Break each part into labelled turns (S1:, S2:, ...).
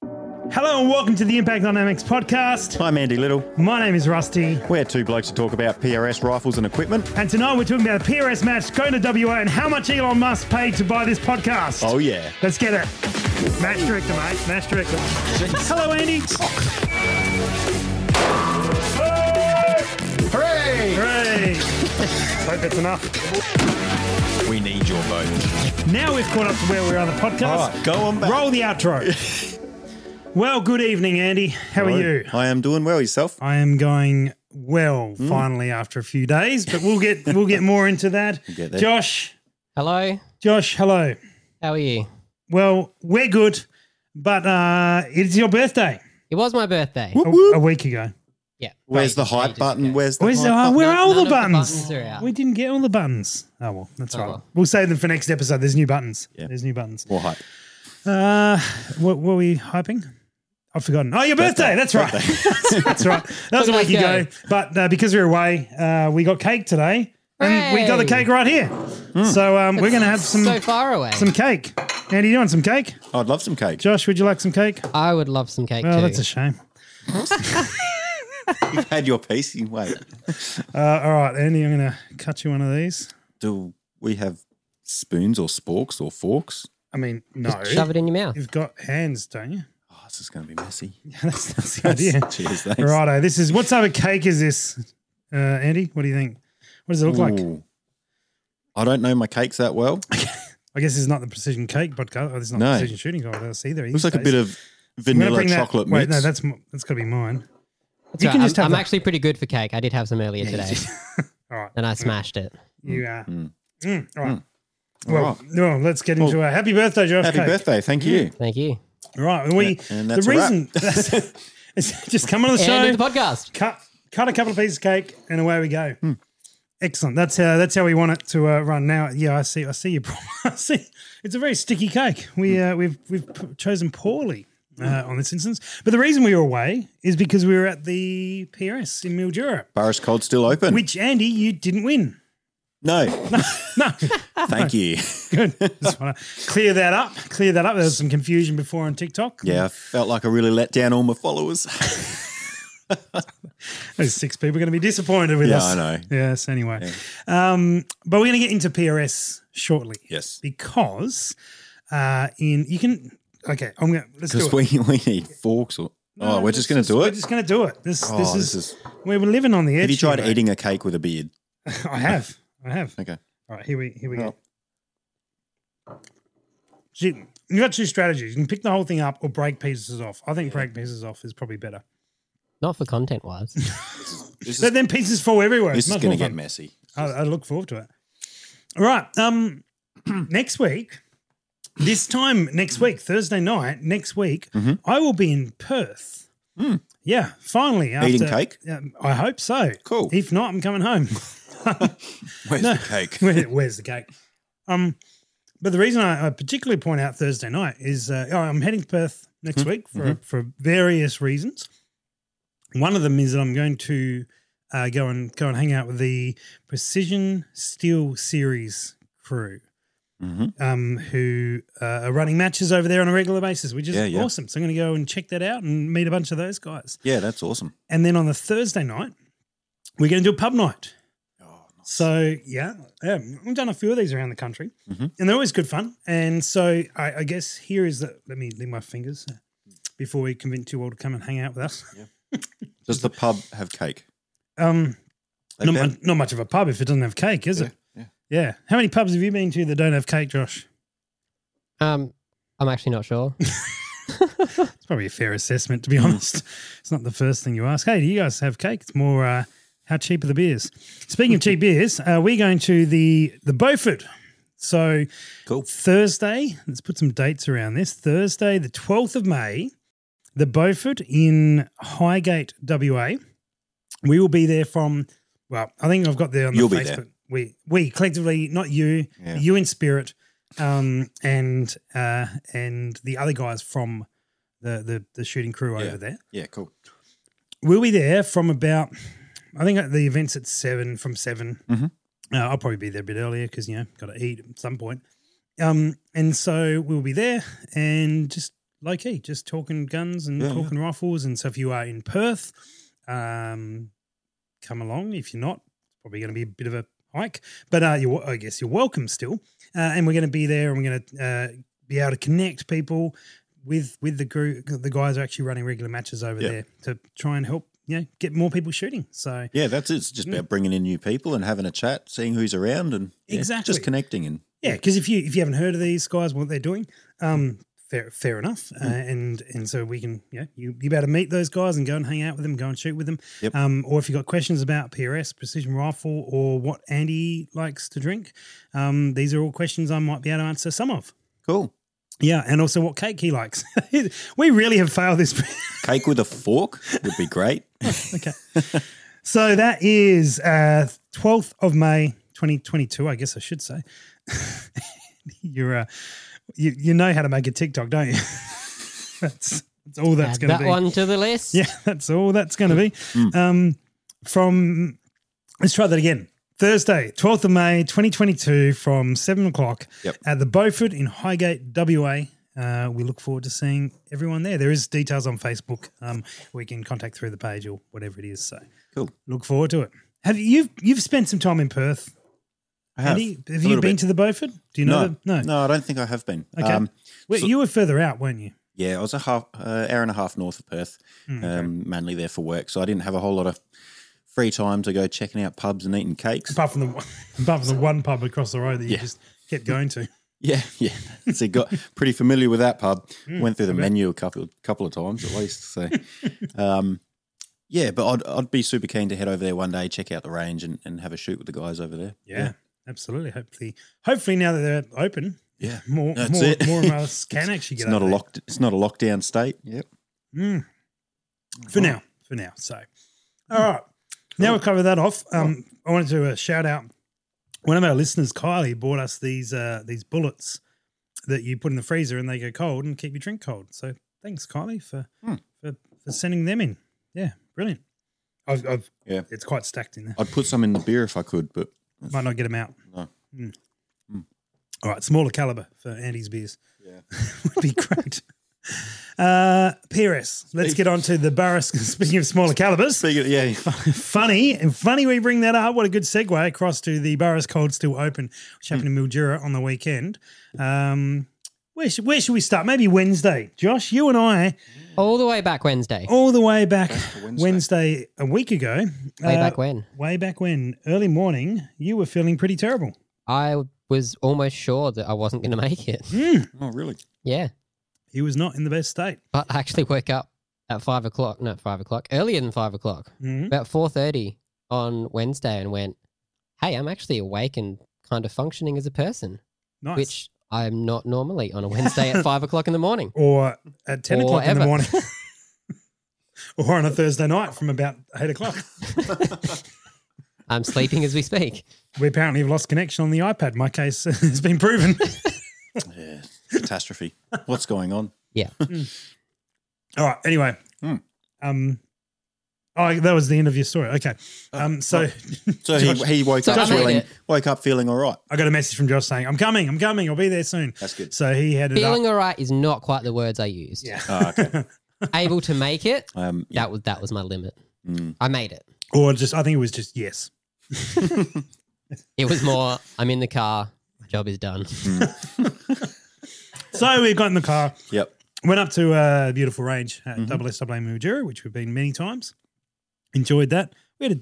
S1: Hello and welcome to the Impact Dynamics podcast.
S2: I'm Andy Little.
S1: My name is Rusty,
S2: We're two blokes to talk about PRS rifles and equipment.
S1: and tonight we're talking about a PRS match going to WA and how much Elon Musk paid to buy this podcast.
S2: Oh, yeah.
S1: Let's get it. Match director, mate. Match director. Hello, Andy.
S2: Hooray!
S1: Hooray. Hope that's enough.
S2: We need your vote.
S1: Now we've caught up to where we are on the
S2: All
S1: podcast.
S2: right, go on back.
S1: Roll the outro. well, good evening, Andy. How are you?
S2: I am doing well yourself.
S1: I am going well
S2: Hmm?
S1: finally after a few days, but we'll get we'll get more into that.
S2: get there.
S1: Josh,
S3: Hello,
S1: Josh, hello.
S3: how are you?
S1: Well, we're good, but uh, it's your birthday
S3: It was my birthday.
S2: Whoop,
S1: a,
S2: whoop.
S1: a week ago.
S3: Yeah.
S2: Where's the
S3: ages-
S2: hype
S3: ages
S2: button?
S3: ago.
S2: Where's the
S1: Where's
S2: hype
S1: the, oh,
S2: button?
S1: where are all
S3: none
S1: the
S3: of the
S1: buttons?
S3: buttons are out.
S1: we didn't get all the buttons. Oh well, that's
S3: Oh,
S1: right.
S3: well.
S1: We'll save them for next episode. There's new buttons.
S2: Yeah.
S1: There's new buttons.
S2: More hype.
S1: Uh, what were we hyping? I've forgotten. Oh, your birthday. That's right. that's right. That was a week
S3: Birthday.
S1: ago. But uh, because we were away, uh, we got cake today, and we got the
S3: Hooray.
S1: cake right here. So um, we're going to have some
S3: so far away.
S1: some cake. Andy, you want some cake?
S2: I'd love some cake.
S1: Josh, would you like some cake?
S3: I would love some cake
S1: Well,
S3: too.
S1: that's a shame.
S2: You've had your piece. You wait.
S1: Uh, all right, Andy, I'm going to cut you one of these.
S2: Do we have spoons or sporks or forks?
S1: I mean, no.
S3: Shove it in your mouth.
S1: You've got hands, don't you?
S2: Oh, this is going to be messy.
S1: Yeah, that's, that's the idea.
S2: Cheers, thanks.
S1: Righto. This is what type of cake is this, uh, Andy? What do you think? What does it look like?
S2: Ooh. I don't know my cakes that well.
S1: I guess it's not the precision cake podcast. Oh, this is not
S2: No.
S1: precision shooting podcast either.
S2: Looks like a bit of vanilla chocolate
S1: that, Wait, no,
S2: mix.
S1: that's m- that's got to be mine.
S3: That's
S1: You
S3: all
S1: can
S3: right.
S1: just
S3: I'm,
S1: have
S3: I'm
S1: that.
S3: actually pretty good for cake. I did have some earlier today,
S1: All right,
S3: and I smashed it.
S1: you are.
S2: Mm.
S1: Mm, all right.
S2: All
S1: Well,
S2: right.
S1: no, let's get into our happy birthday, Josh.
S2: Happy
S1: cake.
S2: birthday. Thank you.
S3: Thank you.
S1: Right, and we
S2: And
S1: the
S2: that's a wrap.
S1: reason that's- it's just come on the show.
S3: And the podcast.
S1: cut cut a couple of pieces of cake and away we go.
S2: Hmm.
S1: Excellent. That's how that's how we want it to uh, run now. Yeah, I see. I see your problem. I see. It's a very sticky cake. We
S2: Hmm.
S1: uh, we've we've p- chosen poorly uh, on this instance. But the reason we were away is because we were at the PRS in Mildura,
S2: Barris Cold still open.
S1: which Andy you didn't win.
S2: no.
S1: No,
S2: Thank you.
S1: good. Just want to clear that up. Clear that up. There was some confusion before on TikTok.
S2: Yeah, I felt like I really let down all my followers.
S1: Those six people are going to be disappointed with
S2: Yeah,
S1: us.
S2: I know.
S1: Yes, anyway. Um, but we're going to get into PRS shortly.
S2: Yes.
S1: Because uh, in you can okay, I'm going to let's do
S2: Because
S1: it.
S2: we, we need forks or.
S1: No,
S2: oh, we're
S1: let's
S2: just going to do
S1: We're
S2: it.
S1: just going to do it. This
S2: oh,
S1: this is, we're we're living on the edge.
S2: Have you tried
S1: here, mate.
S2: eating a cake with a beard?
S1: I have. I have.
S2: Okay.
S1: All right, here we here we go.
S2: Oh.
S1: See, you got two strategies. You can pick the whole thing up or break pieces off. I think break pieces off is probably better.
S3: Not for content wise.
S2: This
S1: But
S2: is,
S1: then pieces fall everywhere.
S2: this
S1: It's
S2: is
S1: much
S2: going to
S1: more
S2: get
S1: fun.
S2: messy.
S1: I, I look forward to it. All right. Um, next week, this time next week, Thursday night, next week,
S2: Mhm.
S1: I will be in Perth.
S2: Hmm.
S1: Yeah, finally. After,
S2: Eating cake?
S1: Um, I hope so.
S2: Cool.
S1: If not, I'm coming home.
S2: Where's
S1: No.
S2: the cake?
S1: Where, where's the cake? Um, but the reason I, I particularly point out Thursday night is uh, oh, I'm heading to Perth
S2: Hmm.
S1: next week for
S2: Mm-hmm.
S1: for various reasons. One of them is that I'm going to uh, go and go and hang out with the Precision Steel Series crew,
S2: hmm
S1: um, who uh, are running matches over there on a regular basis, which is
S2: Yeah, yeah.
S1: awesome. So I'm going to go and check that out and meet a bunch of those guys.
S2: Yeah, that's awesome.
S1: And then on the Thursday night, we're going to do a pub night.
S2: Oh, nice.
S1: So yeah, yeah, we've done a few of these around the country,
S2: Mhm.
S1: and they're always good fun. And so I, I guess here is the let me leave my fingers uh, before we convince you all to come and hang out with us.
S2: Does the pub have cake?
S1: Um,
S2: They
S1: not,
S2: don't-
S1: mu- not much of a pub if it doesn't have cake, is
S2: yeah,
S1: it?
S2: yeah.
S1: Yeah. How many pubs have you been to that don't have cake, Josh?
S3: Um, I'm actually not sure.
S1: It's probably a fair assessment, to
S2: Mm.
S1: be honest. It's not the first thing you ask. Hey, do you guys have cake? It's more uh, how cheap are the beers? Speaking of cheap beers, uh, we're going to the the Beaufort. So
S2: Cool.
S1: Thursday, let's put some dates around this. Thursday, the 12th of May, the Beaufort in Highgate, WA. We will be there from, well, I think I've got there on the
S2: You'll be
S1: Facebook.
S2: there.
S1: We, we collectively, not you,
S2: Yeah.
S1: you in spirit, um, and uh, and the other guys from the, the, the shooting crew
S2: Yeah.
S1: over there.
S2: Yeah, cool.
S1: We'll be there from about, I think the event's at seven, from 7
S2: Mhm.
S1: Uh, I'll probably be there a bit earlier because, you know, got to eat at some point. Um, and so we'll be there and just low key, just talking guns and
S2: Yeah, yeah.
S1: talking rifles. And so if you are in Perth, um, come along. If you're not, probably going to be a bit of a hike, but uh, you I guess you're welcome still. Uh, and we're going to be there, and we're going to uh, be able to connect people with with the group. The guys are actually running regular matches over
S2: Yeah.
S1: there to try and help. You know, get more people shooting. So
S2: Yeah, that's it. It's just
S1: Mm.
S2: about bringing in new people and having a chat, seeing who's around, and yeah,
S1: Exactly.
S2: just connecting. And
S1: Yeah, because if you if you haven't heard of these guys, what they're doing, um, fair fair enough, uh,
S2: Mm.
S1: and and so we can yeah you you better meet those guys and go and hang out with them, go and shoot with them,
S2: Yep.
S1: um, or if you have got questions about PRS, precision rifle, or what Andy likes to drink, um, these are all questions I might be able to answer some of.
S2: cool
S1: Yeah, and also what cake he likes. we really have failed this.
S2: cake with a fork would be great.
S1: okay, so that is uh, twelfth of May, twenty twenty two. I guess I should say. You're uh, you you know how to make a TikTok, don't you? that's that's all that's
S3: Add
S1: going to
S3: that
S1: be.
S3: one to the list.
S1: Yeah, that's all that's going to be.
S2: Hmm.
S1: Um, from let's try that again. Thursday, 12th of May, 2022, from 7 o'clock
S2: Yep.
S1: at the Beaufort in Highgate, WA. Uh, we look forward to seeing everyone there. There is details on Facebook. Um, we can contact through the page or whatever it is. So
S2: Cool.
S1: look forward to it. Have you, you've, you've spent some time in Perth,
S2: I have.
S1: Andy?
S2: a
S1: Have you
S2: little
S1: been
S2: bit.
S1: to the Beaufort? Do you know
S2: no,
S1: the,
S2: no, I don't think I have been.
S1: Okay.
S2: Um,
S1: Well,
S2: so-
S1: you were further out, weren't you?
S2: yeah, I was a half uh, hour and a half north of Perth,
S1: Mm,
S2: um, mainly there for work. So I didn't have a whole lot of free time to go checking out pubs and eating cakes.
S1: Apart from the apart from the one pub across the road that you
S2: Yeah.
S1: just kept going to.
S2: Yeah, yeah. So got pretty familiar with that pub.
S1: Mm,
S2: Went through the menu a couple couple of times at least. So, um, yeah, but I'd I'd be super keen to head over there one day, check out the range, and, and have a shoot with the guys over there.
S1: Yeah, absolutely. Hopefully, hopefully now that they're open,
S2: yeah.
S1: more
S2: That's
S1: more,
S2: it.
S1: more of us can actually
S2: It's
S1: get.
S2: not a
S1: over
S2: locked. It's not a lockdown state. Yep.
S1: there. Mm. For
S2: Right.
S1: now, for now. So, all right. Now
S2: Cool.
S1: we've covered that off. Um, I wanted to uh, shout out one of our listeners, Kylie, bought us these uh, these bullets that you put in the freezer and they go cold and keep your drink cold. So thanks, Kylie, for
S2: Hmm.
S1: for, for sending them in. Yeah, brilliant. I've, I've
S2: Yeah.
S1: it's quite stacked in there.
S2: I'd put some in the beer if I could, but
S1: Might not get them out.
S2: No.
S1: Mm.
S2: Mm.
S1: All right, smaller caliber for Andy's beers.
S2: Yeah.
S1: would be great. Uh, PRS. Let's get on to the Burris. Speaking of smaller calibers,
S2: Speaking of- yeah,
S1: funny and funny we bring that up. What a good segue across to the Burris Cold Still Open, which happened
S2: Hmm.
S1: in Mildura on the weekend. Um, where should, where should we start? Maybe Wednesday. Josh, you and I,
S3: All the way back Wednesday.
S1: all the way back
S2: to
S1: Wednesday.
S2: Wednesday.
S1: a week ago.
S3: Way
S1: uh,
S3: back when.
S1: Way back when, early morning, you were feeling pretty terrible.
S3: I was almost sure that I wasn't going to make it.
S1: Hmm.
S2: oh really?
S3: Yeah.
S1: He was not in the best state.
S3: But I actually woke up at five o'clock, not five o'clock, earlier than five o'clock,
S1: Mhm.
S3: about 4.30 on Wednesday and went, hey, I'm actually awake and kind of functioning as a person,
S1: Nice.
S3: which I'm not normally on a Wednesday at five o'clock in the morning.
S1: or at 10
S3: Or
S1: o'clock in the
S3: ever.
S1: morning or on a thursday night from about 8 o'clock
S3: I'm sleeping as we speak.
S1: we apparently have lost connection on the ipad my case has been proven
S2: Yeah. Catastrophe. What's going on?
S1: all right anyway
S2: Hmm.
S1: um oh that was the end of your story okay um so
S2: So he, he woke
S3: So
S2: up
S1: I made
S2: feeling
S3: it.
S2: woke up feeling all right.
S1: i got a message from josh saying i'm coming i'm coming i'll be there soon
S2: That's good.
S1: so he headed
S3: Feeling
S1: up
S3: all right is not quite the words I used.
S1: yeah
S2: Oh, okay.
S3: Able to make it,
S2: Um, yeah.
S3: that was that was my limit.
S2: Mm.
S3: I made it.
S1: or just i think it was just yes
S3: It was more, I'm in the car, my job is done.
S1: so we got in the car
S2: Yep.
S1: Went up to uh, beautiful range at Double S Double A Mildura, which we've been many times. Enjoyed that. We had a,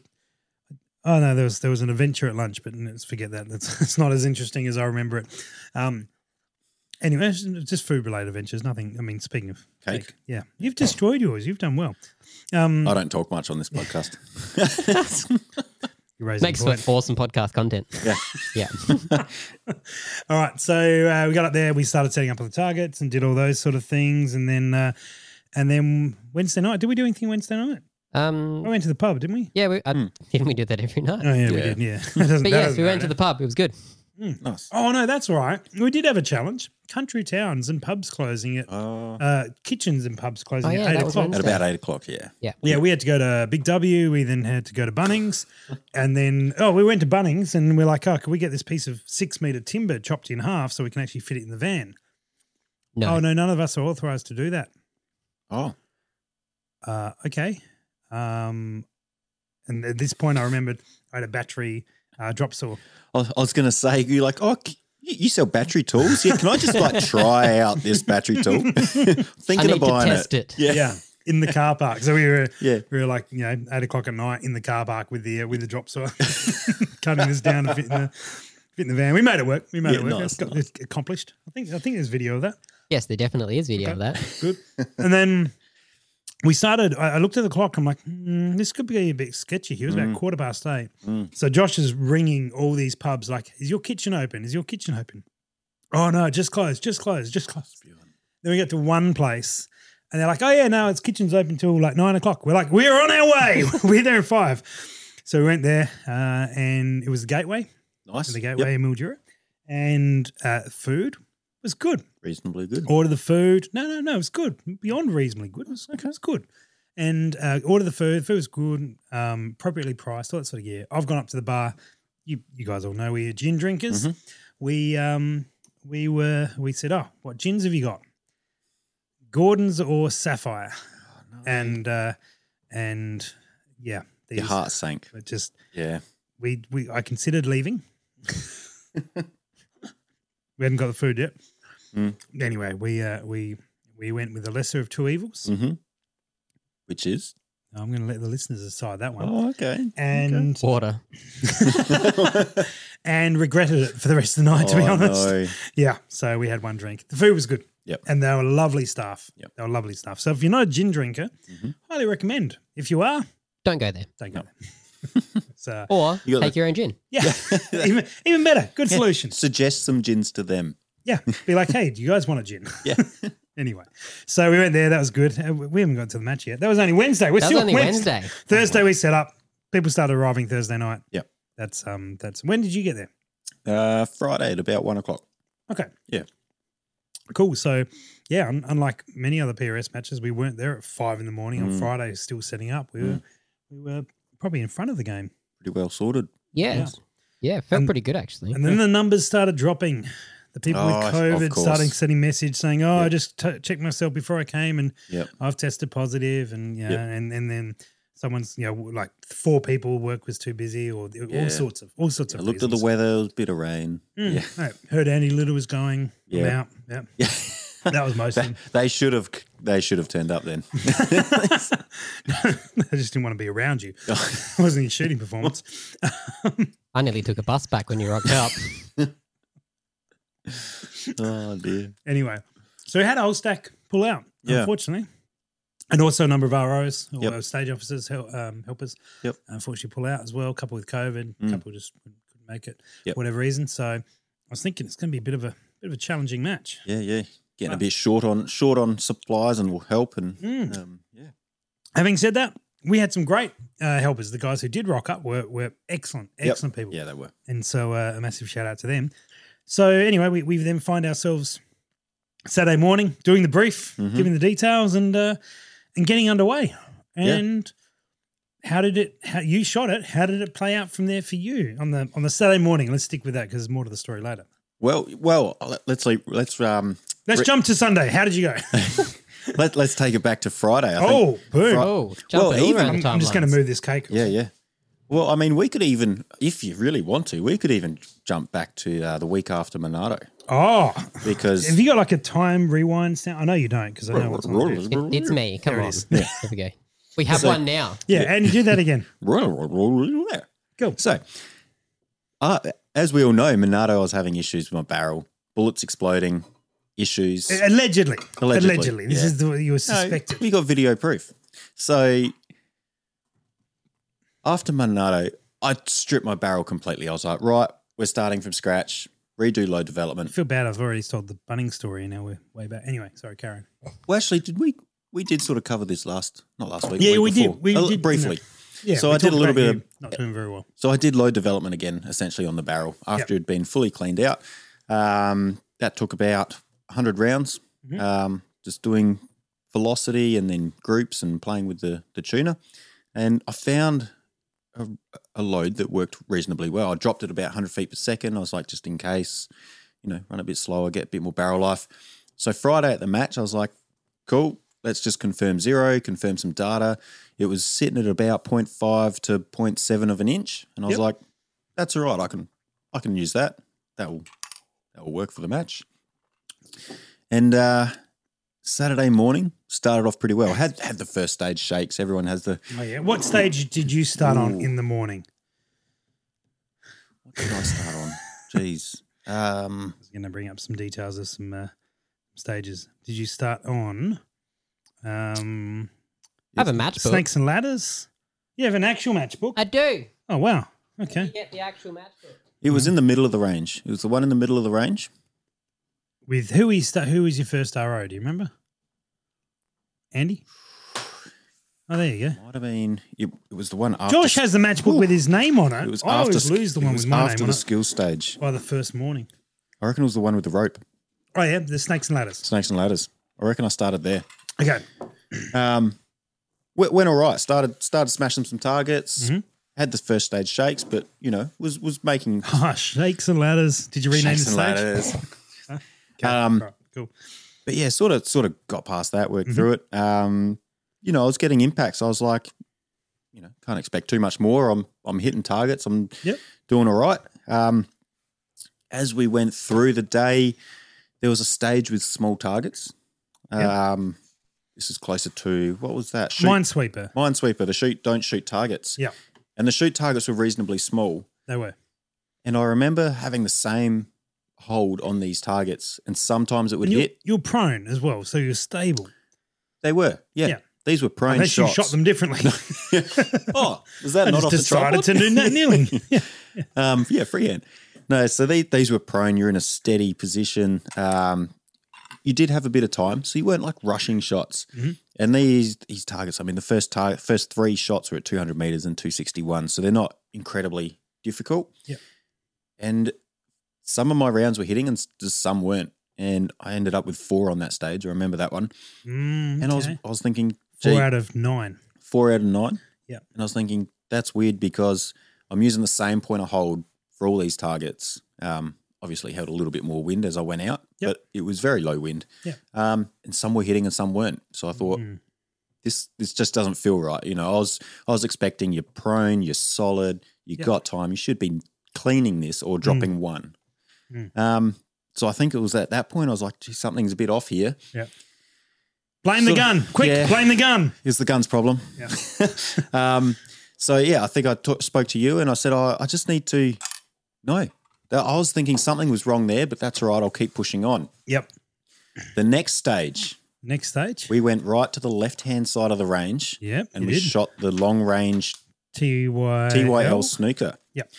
S1: oh no, there was there was an adventure at lunch, but let's forget that. That's it's not as interesting as I remember it. Um, anyway, it's just food related adventures. Nothing. I mean, speaking of
S2: Cake.
S1: yeah, you've destroyed yours. You've done well. Um,
S2: I don't talk much on this podcast.
S1: you raised a
S3: Makes for
S1: point.
S3: awesome podcast content.
S2: Yeah.
S3: Yeah.
S1: All right, so uh, we got up there. We started setting up the targets and did all those sort of things, and then uh, and then Wednesday night. Did we do anything Wednesday night?
S3: Um,
S1: We went to the pub, didn't we?
S3: Yeah, we, I,
S2: Hmm.
S3: didn't we do that every night?
S1: Oh yeah, we
S2: Yeah.
S1: did. Yeah, That doesn't-
S3: but
S1: that
S3: yes,
S1: doesn't
S3: we went
S1: matter.
S3: to the pub. It was good.
S2: nice.
S1: Oh no, that's all right. We did have a challenge: country towns and pubs closing at
S2: Uh,
S1: uh, kitchens and pubs closing
S3: Oh, yeah,
S1: at
S3: that
S1: eight
S3: was
S1: o'clock.
S2: at about eight o'clock, yeah.
S1: Yeah, we had to go to Big W. We then had to go to Bunnings, and then oh, we went to Bunnings, and we're like, oh, can we get this piece of six meter timber chopped in half so we can actually fit it in the van?
S3: No.
S1: Oh no, none of us are authorized to do that.
S2: Oh,
S1: Uh, okay. Um, and at this point, I remembered I had a battery uh, drop saw.
S2: I was, I was going to say you're like, oh, c- you you sell battery tools? Yeah, can I just like try out this battery tool?
S3: I
S2: Thinking
S3: need
S2: of
S3: to
S2: buying it.
S3: test it.
S2: Yeah.
S1: Yeah, in the car park. So we were
S2: Yeah.
S1: we were like you know eight o'clock at night in the car park with the uh, with the drop saw, cutting this down to fit in the fit in the van. We made it work. We made
S2: Yeah,
S1: it work.
S2: nice,
S1: It's got- it's accomplished. I think I think there's video of that.
S3: Yes, there definitely is
S1: Okay.
S3: video of that.
S1: Good. and then we started. I, I looked at the clock. I'm like, "Hmm, this could be a bit sketchy. Here it was about quarter past eight.
S2: Mm.
S1: So Josh is ringing all these pubs. Like, is your kitchen open? Is your kitchen open? Oh no, just closed. Just closed. Just closed. Then we get to one place. And they're like, oh, yeah, no, it's kitchen's open till like nine o'clock. We're like, we're on our way. we're there at five. So we went there uh, and it was the gateway,
S2: Nice.
S1: the
S2: Yep,
S1: gateway in Mildura. And uh, food was good
S2: Reasonably good.
S1: order the food. No, no, no, it was good. Beyond reasonably good. It was, it was good. And uh, order the food. Food was good, um, appropriately priced, all that sort of gear. I've gone up to the bar. You, you guys all know we're gin drinkers.
S2: Mm-hmm.
S1: We um, we were we said, oh, what gins have you got? Gordon's or Sapphire, and uh, and yeah, these
S2: Mm. Your heart sank.
S1: but just
S2: Yeah.
S1: we we I considered leaving. we hadn't got the food yet.
S2: Mm.
S1: Anyway, we uh, we we went with the lesser of two evils.
S2: Mm-hmm. Which is?
S1: I'm going to let the listeners decide that one.
S2: Oh, okay.
S1: And
S3: Water.
S1: and regretted it for the rest of the night. to be
S2: Oh,
S1: honest,
S2: no.
S1: yeah. So we had one drink. The food was good.
S2: Yep.
S1: And they were lovely staff.
S2: Yep.
S1: They were lovely staff. So if you're not a gin drinker,
S2: Mhm.
S1: highly recommend. If you are,
S3: Don't go there.
S1: don't go.
S2: No.
S1: there. so
S3: Or
S2: You got
S3: take your own gin.
S1: yeah, even even better. Good solution.
S2: Suggest some gins to them.
S1: Yeah. Be like, hey, do you guys want a gin?
S2: Yeah.
S1: anyway, so we went there. That was good. Uh, We we haven't got to the match yet. That was only Wednesday. We're
S3: That
S1: still
S3: was only
S1: Wednesday.
S3: Wednesday.
S1: Thursday we set up. People started arriving Thursday night.
S2: Yep.
S1: That's um. That's when did you get there?
S2: Uh, Friday at about one o'clock.
S1: Okay.
S2: Yeah.
S1: Cool. So, yeah, un- unlike many other PRS matches, we weren't there at five in the morning on
S2: Mm.
S1: Friday. Still setting up.
S3: Mm.
S1: We were we were probably in front of the game.
S2: Pretty well sorted.
S3: Yeah. Yeah,
S1: Yeah.
S3: felt
S1: And-
S3: pretty good actually.
S1: And then the numbers started dropping. The people
S2: Oh,
S1: with
S2: of
S1: COVID
S2: course.
S1: starting sending message saying, "Oh, I
S2: Yep.
S1: just t- checked myself before I came, and
S2: Yep.
S1: I've tested positive, and yeah,
S2: Yep.
S1: and and then someone's you know like four people work was too busy, or
S2: Yeah.
S1: all sorts of all sorts
S2: I
S1: of.
S2: looked at the
S1: reasons.
S2: weather, it was a bit of rain.
S1: Mm,
S2: Yeah.
S1: right. Heard Andy Little was going. Yeah.
S2: Yeah.
S1: out. Yeah.
S2: Yeah.
S1: That was most of them.
S2: they should have they should have turned up then.
S1: I just didn't want to be around you. it wasn't your shooting performance.
S3: I nearly took a bus back when you rocked up.
S2: oh dear.
S1: Anyway, so we had Olstack pull out,
S2: Yeah.
S1: unfortunately. And also a number of ROs or
S2: Yep.
S1: stage officers, help, um, helpers,
S2: Yep.
S1: unfortunately pull out as well. A couple with COVID, a
S2: Mm.
S1: couple just couldn't couldn't make it
S2: Yep.
S1: for whatever reason. So I was thinking it's going to be a bit of a bit of a challenging match.
S2: Yeah, yeah. Getting a bit short on short on supplies and will help and
S1: Mm.
S2: um, yeah.
S1: Having said that, we had some great uh, helpers. The guys who did rock up were were excellent,
S2: Yep.
S1: excellent people.
S2: Yeah, they were.
S1: And so uh, a massive shout out to them. So anyway, we, we then find ourselves Saturday morning doing the brief,
S2: Mhm.
S1: giving the details, and uh, and getting underway. And how did it? How you shot it? How did it play out from there for you on the on the Saturday morning? Let's stick with that because there's more to the story later.
S2: Well, well, let's leave, let's um
S1: Let's
S2: Re-
S1: jump to Sunday. How did you go?
S2: let let's take it back to Friday. I think.
S1: oh, boom!
S2: Right.
S3: Oh, jumping all
S2: even-
S3: around
S1: I'm,
S3: the
S1: I'm just going
S3: timelines.
S1: to move this cake.
S2: Yeah, yeah. Well, I mean, we could even, if you really want to, we could even jump back to uh, the week after Monado
S1: Oh, have
S2: because
S1: you got like a time rewind sound? I know you don't because I know what's on. there.
S3: It- it's me. Come
S1: There it
S3: on.
S1: is.
S3: Here we go. We have
S2: So-
S3: one now.
S1: Yeah, and you do that again. Cool.
S2: So, uh, as we all know, Monado, I was having issues with my barrel, bullets exploding, issues.
S1: Allegedly. Allegedly.
S2: Allegedly,
S1: This
S2: yeah.
S1: is the, you were
S2: No,
S1: Eh, suspected.
S2: we got video proof. So after Monado, I stripped my barrel completely. I was like, right, we're starting from scratch, redo load
S1: I
S2: development.
S1: feel bad. I've already told the Bunning story and now we're way back. Anyway, sorry, Karen.
S2: Well, actually, did we? We did sort of cover this last, not last week.
S1: Yeah,
S2: week
S1: we did.
S2: before.
S1: We
S2: A little-
S1: did-
S2: briefly.
S1: Yeah.
S2: So
S1: we
S2: I did a
S1: talked
S2: little
S1: about
S2: bit
S1: you Not doing very well.
S2: So I did load development again, essentially on the barrel after it'd been fully cleaned out. Um, that took about 100 rounds,
S1: Mhm.
S2: um, just doing velocity and then groups and playing with the, the tuner. And I found a, a load that worked reasonably well. I dropped it about 100 feet per second. I was like, just in case, you know, run a bit slower, get a bit more barrel life. So Friday at the match, I was like, cool, let's just confirm zero, confirm some data. It was sitting at about 0.5 to 0.7 of an inch. And I was
S1: Yep.
S2: like, that's all right. I can I can use that. That will that will work for the match. And uh, Saturday morning started off pretty well. Had had the first stage shakes. Everyone has the
S1: Oh yeah. What stage did you start on
S2: Ooh.
S1: in the morning?
S2: what did I start on? Jeez. Um,
S1: I was going to bring up some details of some uh, stages. Did you start on um,
S3: I have a match book.
S1: snakes and ladders? You have an actual match book.
S3: I do.
S1: Oh wow.
S3: You
S1: Okay.
S3: get the actual match book.
S2: it was in the middle of the range. It was the one in the middle of the range.
S1: With who is that? Who is your first RO? Do you remember? Andy. Oh, there you go.
S2: Might have been. It, it was the one after.
S1: Josh has the match book
S2: Ooh.
S1: with his name on it.
S2: It was
S1: I
S2: after.
S1: always lose the
S2: it
S1: one
S2: was
S1: with my
S2: after
S1: name on it
S2: the skill stage.
S1: by the first morning.
S2: I reckon it was the one with the rope,
S1: Oh yeah, the snakes and ladders.
S2: snakes and ladders. I reckon I started there.
S1: Okay.
S2: Um, went, went all right. Started started smashing some targets.
S1: Mhm.
S2: Had the first stage shakes, but you know was was making
S1: Ah, snakes and ladders. Did you rename
S2: shakes
S1: the
S2: and
S1: stage?
S2: ladders.
S1: Okay.
S2: Um,
S1: Right, cool.
S2: but yeah, sort of sort of got past that,
S1: Mm-hmm.
S2: worked through it. Um, you know, I was getting impacts. I was like, you know, can't expect too much more. I'm I'm hitting targets. I'm
S1: Yep.
S2: doing all right. Um, as we went through the day, there was a stage with small targets.
S1: Yep.
S2: Um, this is closer to what was that? Shoot,
S1: Minesweeper.
S2: Minesweeper. The shoot don't shoot targets.
S1: Yep.
S2: And the shoot targets were reasonably small.
S1: They were.
S2: And I remember having the same hold on these targets, and sometimes it would
S1: And you're,
S2: hit.
S1: you're prone as well, so you're stable.
S2: They were, yeah.
S1: Yeah.
S2: These were prone
S1: Unless
S2: shots.
S1: you shot them differently.
S2: oh, was that
S1: I
S2: not
S1: just
S2: off the chart?
S1: decided to do that kneeling. Yeah.
S2: Um, yeah, freehand. No, so these these were prone. You're in a steady position. Um, you did have a bit of time, so you weren't like rushing shots.
S1: Mhm.
S2: And these these targets, I mean, the first tar- first three shots were at 200 meters and 261, so they're not incredibly difficult.
S1: Yeah.
S2: And some of my rounds were hitting, and s- just some weren't. And I ended up with four on that stage. I remember that one.
S1: Mm,
S2: And I was
S1: okay.
S2: I was thinking, gee,
S1: four out of nine.
S2: four out of nine.
S1: Yeah.
S2: And I was thinking, that's weird because I'm using the same point of hold for all these targets. Um, obviously held a little bit more wind as I went out,
S1: Yep.
S2: but it was very low wind.
S1: Yeah.
S2: Um, and some were hitting and some weren't. So I thought
S1: Mm.
S2: this this just doesn't feel right. You know, I was I was expecting you're prone, you're solid, you
S1: Yep.
S2: got time, you should be cleaning this or dropping one.
S1: Mm.
S2: Um, so I think it was at that point I was like, gee, something's a bit off here.
S1: Blame the
S2: Sort
S1: gun,
S2: of-
S1: quick!
S2: yeah.
S1: Blame the gun.
S2: It's the guns problem.
S1: Yeah.
S2: um, so yeah, I think I ta- spoke to you and I said, oh, I just need to no. That- I was thinking something was wrong there, but that's all right. I'll keep pushing on.
S1: Yep.
S2: The next stage,
S1: Next stage.
S2: we went right to the left hand side of the range
S1: yep.
S2: and
S1: you
S2: we
S1: did.
S2: shot the long range
S1: TYL.
S2: TYL snooker.
S1: Yep.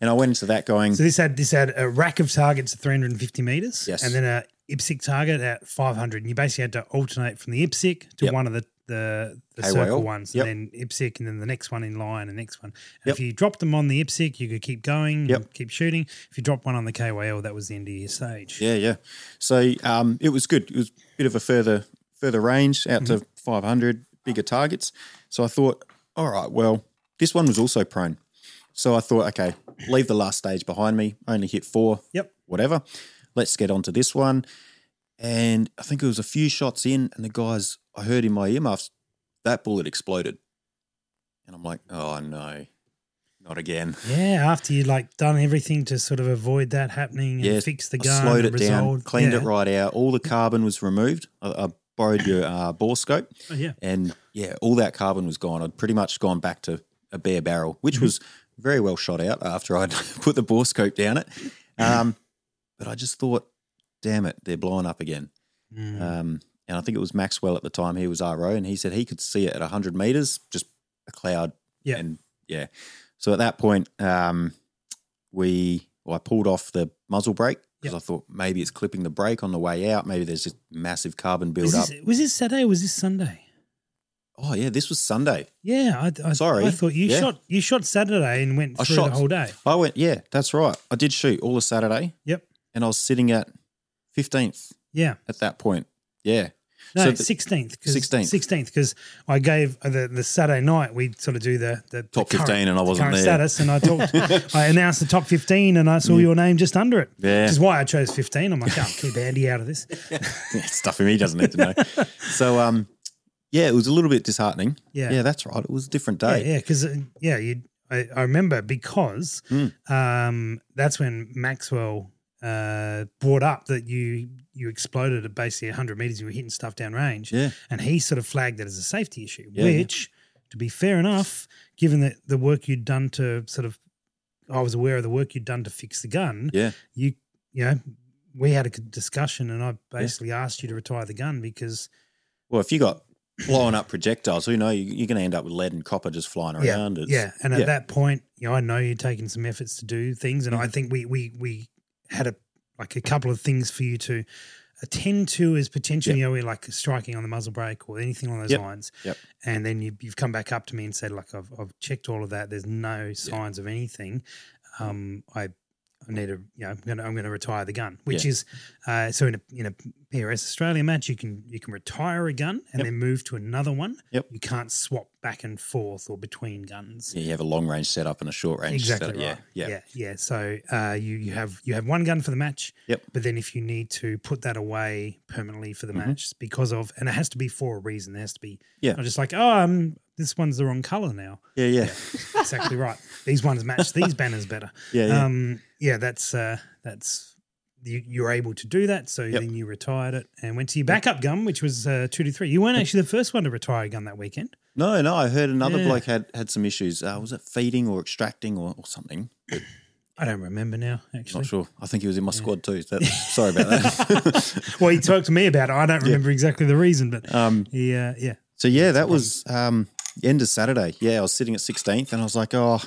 S2: And I went into that going,
S1: So this had this had a rack of targets at 350 meters,
S2: Yes.
S1: and then a IPSC target at 500. And you basically had to alternate from the IPSC to
S2: Yep.
S1: one of the the, the
S2: KYL.
S1: circle ones,
S2: Yep.
S1: and then IPSC, and then the next one in line, and next one. And
S2: Yep.
S1: If you dropped them on the IPSC, you could keep going,
S2: Yep.
S1: keep shooting. If you dropped one on the KYL, that was the end of your stage.
S2: yeah, yeah. So um, it was good. It was a bit of a further further range out to 500 bigger targets. So I thought, all right, well, this one was also prone. So I thought, okay, leave the last stage behind me. Only hit four.
S1: Yep.
S2: Whatever. Let's get on to this one. And I think it was a few shots in, and the guys, I heard in my earmuffs, that bullet exploded. And I'm like, oh no, not again.
S1: Yeah, after you like done everything to sort of avoid that happening and
S2: Yeah,
S1: fix the
S2: I
S1: gun,
S2: slowed it
S1: and
S2: down,
S1: resolved-
S2: cleaned
S1: yeah.
S2: it right out. All the carbon was removed. I, I borrowed your uh, bore scope,
S1: Oh, yeah,
S2: and yeah, all that carbon was gone. I'd pretty much gone back to a bare barrel, which
S1: Mm-hmm.
S2: was very well shot out after I'd put the bore scope down it. Um, but I just thought, damn it, they're blowing up again.
S1: Mm.
S2: Um, and I think it was Maxwell at the time. He was RO, and he said he could see it at 100 meters, just a cloud.
S1: Yeah.
S2: And yeah. So at that point, um, we well, I pulled off the muzzle brake because
S1: Yeah.
S2: I thought maybe it's clipping the brake on the way out. Maybe there's just massive carbon
S1: was,
S2: buildup.
S1: this, was this Saturday? or Was this Sunday?
S2: Oh yeah, this was Sunday.
S1: Yeah, I, I,
S2: Sorry.
S1: I thought you
S2: Yeah.
S1: shot you shot Saturday and went
S2: I
S1: through
S2: shot-
S1: the whole day.
S2: I went. Yeah, that's right. I did shoot all of Saturday.
S1: Yep.
S2: And I was sitting at 15th
S1: Yeah,
S2: at that point. Yeah.
S1: No,
S2: So the-
S1: 16th.
S2: 16th.
S1: Sixteenth, because I gave the the Saturday night we sort of do the the the
S2: Top
S1: current-
S2: 15 and I wasn't
S1: current
S2: there. Mm.
S1: status, and I talked. I announced the top fifteen, and I saw your name just under it.
S2: Yeah.
S1: which is why I chose fifteen. I'm like, I'll keep Andy out of this.
S2: Stuff he doesn't need to know. so, um, yeah, it was a little bit disheartening.
S1: Yeah.
S2: yeah, that's right. It was a different
S1: Yeah,
S2: day.
S1: yeah, because yeah, you. I, I remember because
S2: Mm.
S1: um, that's when Maxwell uh, brought up that you you exploded at basically 100 meters. You were hitting stuff downrange,
S2: Yeah.
S1: and he sort of flagged it as a safety issue.
S2: Yeah, yeah.
S1: which, to be fair enough, given that the work you'd done to sort of, I was aware of the work you'd done to fix the gun.
S2: Yeah.
S1: you you know, we had a good discussion, and I basically asked you to retire the gun because
S2: Well, if you got blowing up projectiles, you know you, you're going to end up with lead and copper just flying around. It's-
S1: Yeah, and at
S2: yeah.
S1: that point, you know, I know you're taking some efforts to do things, and I
S2: Mm.
S1: think we we we had a like a couple of things for you to attend to as potentially, you know, we're like striking on the muzzle brake or anything along those
S2: Yep.
S1: lines.
S2: Yep.
S1: And then you, you've come back up to me and said, like, I've I've checked all of that. There's no signs of anything.
S2: Mm.
S1: Um, I. I need to, you know, I'm going to, I'm going to retire the gun, which is, uh, so in a, in a PRS Australia match, you can, you can retire a gun and
S2: Yep.
S1: then move to another one.
S2: Yep.
S1: You can't swap back and forth or between guns
S2: Yeah, you have a long range setup and a short range
S1: exactly
S2: setup.
S1: right.
S2: Yeah, yeah,
S1: yeah, yeah. So uh, you you have you have one gun for the match.
S2: Yep.
S1: But then if you need to put that away permanently for the
S2: Mhm.
S1: match because of, and it has to be for a reason. There has to be.
S2: Yeah.
S1: Not just like oh, um, this one's the wrong color now.
S2: yeah, yeah,
S1: Exactly right. These ones match these banners better.
S2: yeah. yeah.
S1: Um, yeah. That's uh, that's you, you're able to do that. So
S2: Yep.
S1: then you retired it and went to your backup gun, which was uh, two to three. You weren't actually the first one to retire a gun that weekend.
S2: no, no. I heard another
S1: Yeah.
S2: bloke had had some issues. Uh, was it feeding or extracting or, or something?
S1: I don't remember now. Actually,
S2: Not sure. I think he was in my squad too. so that- sorry about that.
S1: well, he talked to me about it. I don't remember exactly the reason, but
S2: um,
S1: he, uh, yeah.
S2: so yeah, that was um, end of Saturday. Yeah, I was sitting at 16th, and I was like, oh,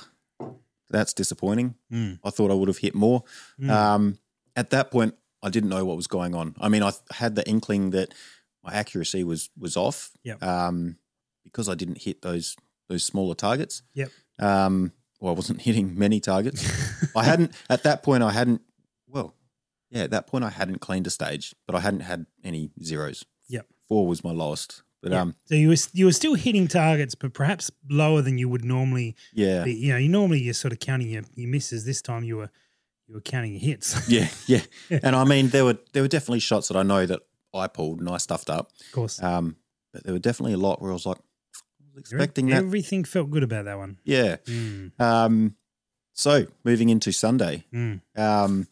S2: that's disappointing.
S1: Mm.
S2: I thought I would have hit more.
S1: Mm.
S2: Um, at that point, I didn't know what was going on. I mean, I th- had the inkling that my accuracy was was off
S1: Yep.
S2: um, because I didn't hit those those smaller targets.
S1: Yep.
S2: Um, well, I wasn't hitting many targets. I hadn't at that point. I hadn't. Well, yeah, at that point, I hadn't cleaned a stage, but I hadn't had any zeros.
S1: Yep.
S2: Four was my lowest. But
S1: Yeah.
S2: um,
S1: So you were you were still hitting targets, but perhaps lower than you would normally.
S2: yeah,
S1: Be. You know, you normally you're sort of counting your, your misses. This time you were you were counting your hits,
S2: yeah, yeah. And I mean, there were there were definitely shots that I know that I pulled and I stuffed up.
S1: of course.
S2: Um, but there were definitely a lot where I was like, I was
S1: Every-
S2: expecting that.
S1: everything felt good about that one.
S2: Yeah.
S1: Mm,
S2: Um, so moving into Sunday,
S1: mm.
S2: um,